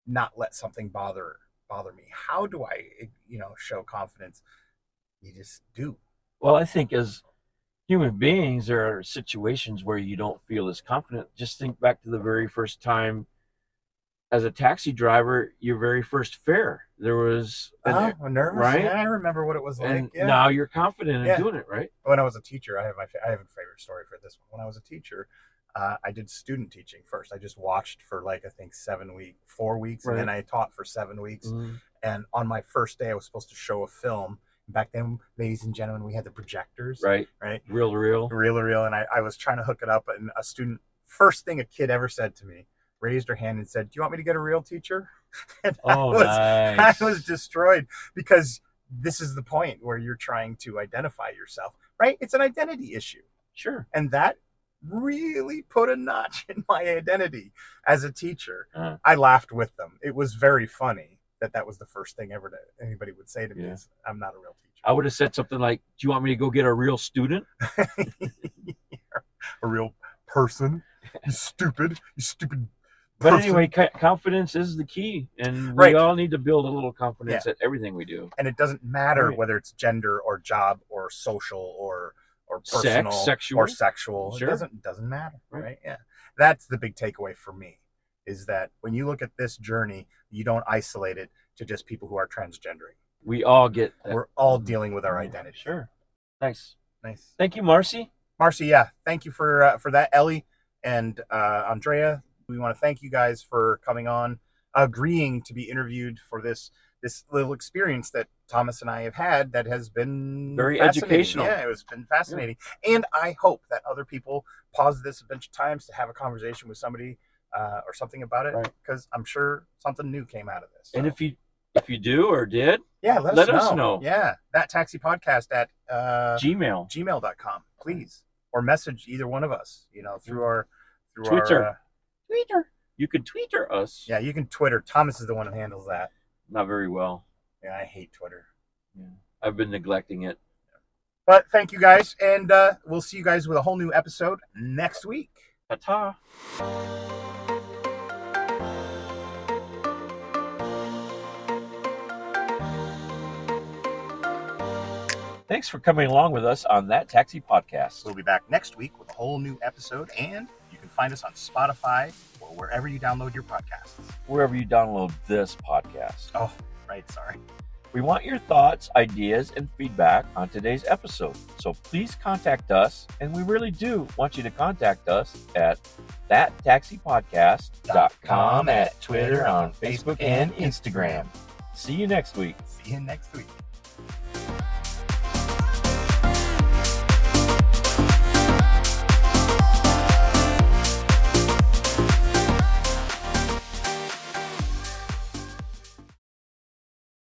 A: not let something bother bother me? How do I, you know, show confidence? You just do.
H: Well, I think as human beings, there are situations where you don't feel as confident. Just think back to the very first time as a taxi driver, your very first fare. There was, an-
A: Oh, I'm nervous.
H: right?
A: Yeah, I remember what it was like.
H: and
A: yeah.
H: now you're confident in
A: Yeah.
H: doing it, right?
A: when I was a teacher, I have my fa- I have a favorite story for this one. When I was a teacher, uh, I did student teaching first. I just watched for like I think seven week, four weeks, and then I taught for seven weeks. And on my first day, I was supposed to show a film. Back then, ladies and gentlemen, we had the projectors,
H: Right.
A: Right.
H: Real to real.
A: reel to reel, and I, I was trying to hook it up. And a student, first thing a kid ever said to me, raised her hand and said, "Do you want me to get a real teacher?" (laughs) And I
H: Oh,
A: was-
H: nice.
A: I was destroyed because this is the point where you're trying to identify yourself. right? It's an identity issue.
F: Sure.
A: And that really put a notch in my identity as a teacher.
F: Uh-huh.
A: I laughed with them. It was very funny that that was the first thing ever that anybody would say to me
F: Yeah.
A: is, I'm not a real teacher.
F: I would have said something like, "Do you want me to go get a real student?"
A: (laughs) a real person. You stupid. You stupid.
F: But
A: person.
F: anyway, co- confidence is the key, and we
A: Right.
F: all need to build a little confidence at everything we do.
A: and it doesn't matter
F: Right.
A: whether it's gender or job or social or or
F: Sex,
A: personal
F: sexual.
A: or sexual.
F: Sure.
A: It doesn't it doesn't matter,
F: Right.
A: right. Yeah, that's the big takeaway for me is that when you look at this journey, you don't isolate it to just people who are transgendering.
F: We all get that.
A: We're all dealing with our
F: Yeah,
A: identity.
F: Sure. Nice.
A: Nice,
F: Thank you, Marcy.
A: Marcy. Yeah, thank you for uh, for that, Ellie and uh, Andrea. We want to thank you guys for coming on, agreeing to be interviewed for this this little experience that Thomas and I have had that has been
F: Very
A: fascinating.
F: educational.
A: Yeah, it has been fascinating, and I hope that other people pause this a bunch of times to have a conversation with somebody uh, or something about it,
F: Right.
A: because I'm sure something new came out of this.
F: And
A: So,
F: if you if you do or did,
A: yeah, let,
F: let
A: us,
F: us
A: know.
F: know.
A: Yeah, that taxi podcast at uh,
F: Gmail.
A: gmail.com, please, or message either one of us. You know, through our through
F: Twitter.
A: Our, uh,
F: Twitter. You can Twitter us.
A: yeah, you can Twitter. Thomas is the one who handles that.
F: Not very well.
A: Yeah, I hate Twitter.
F: I've been neglecting it.
A: But thank you guys, and uh, we'll see you guys with a whole new episode next week.
F: Ta-ta. Thanks for coming along with us on that taxi podcast.
A: We'll be back next week with a whole new episode, and you can find us on Spotify or wherever you download your podcasts.
F: wherever you download this podcast.
A: Oh, right, sorry. (laughs)
F: We want your thoughts, ideas, and feedback on today's episode. So please contact us, and we really do want you to contact us at thattaxipodcast.com, at Twitter, on Facebook, and Instagram. See you next week.
A: See you next week.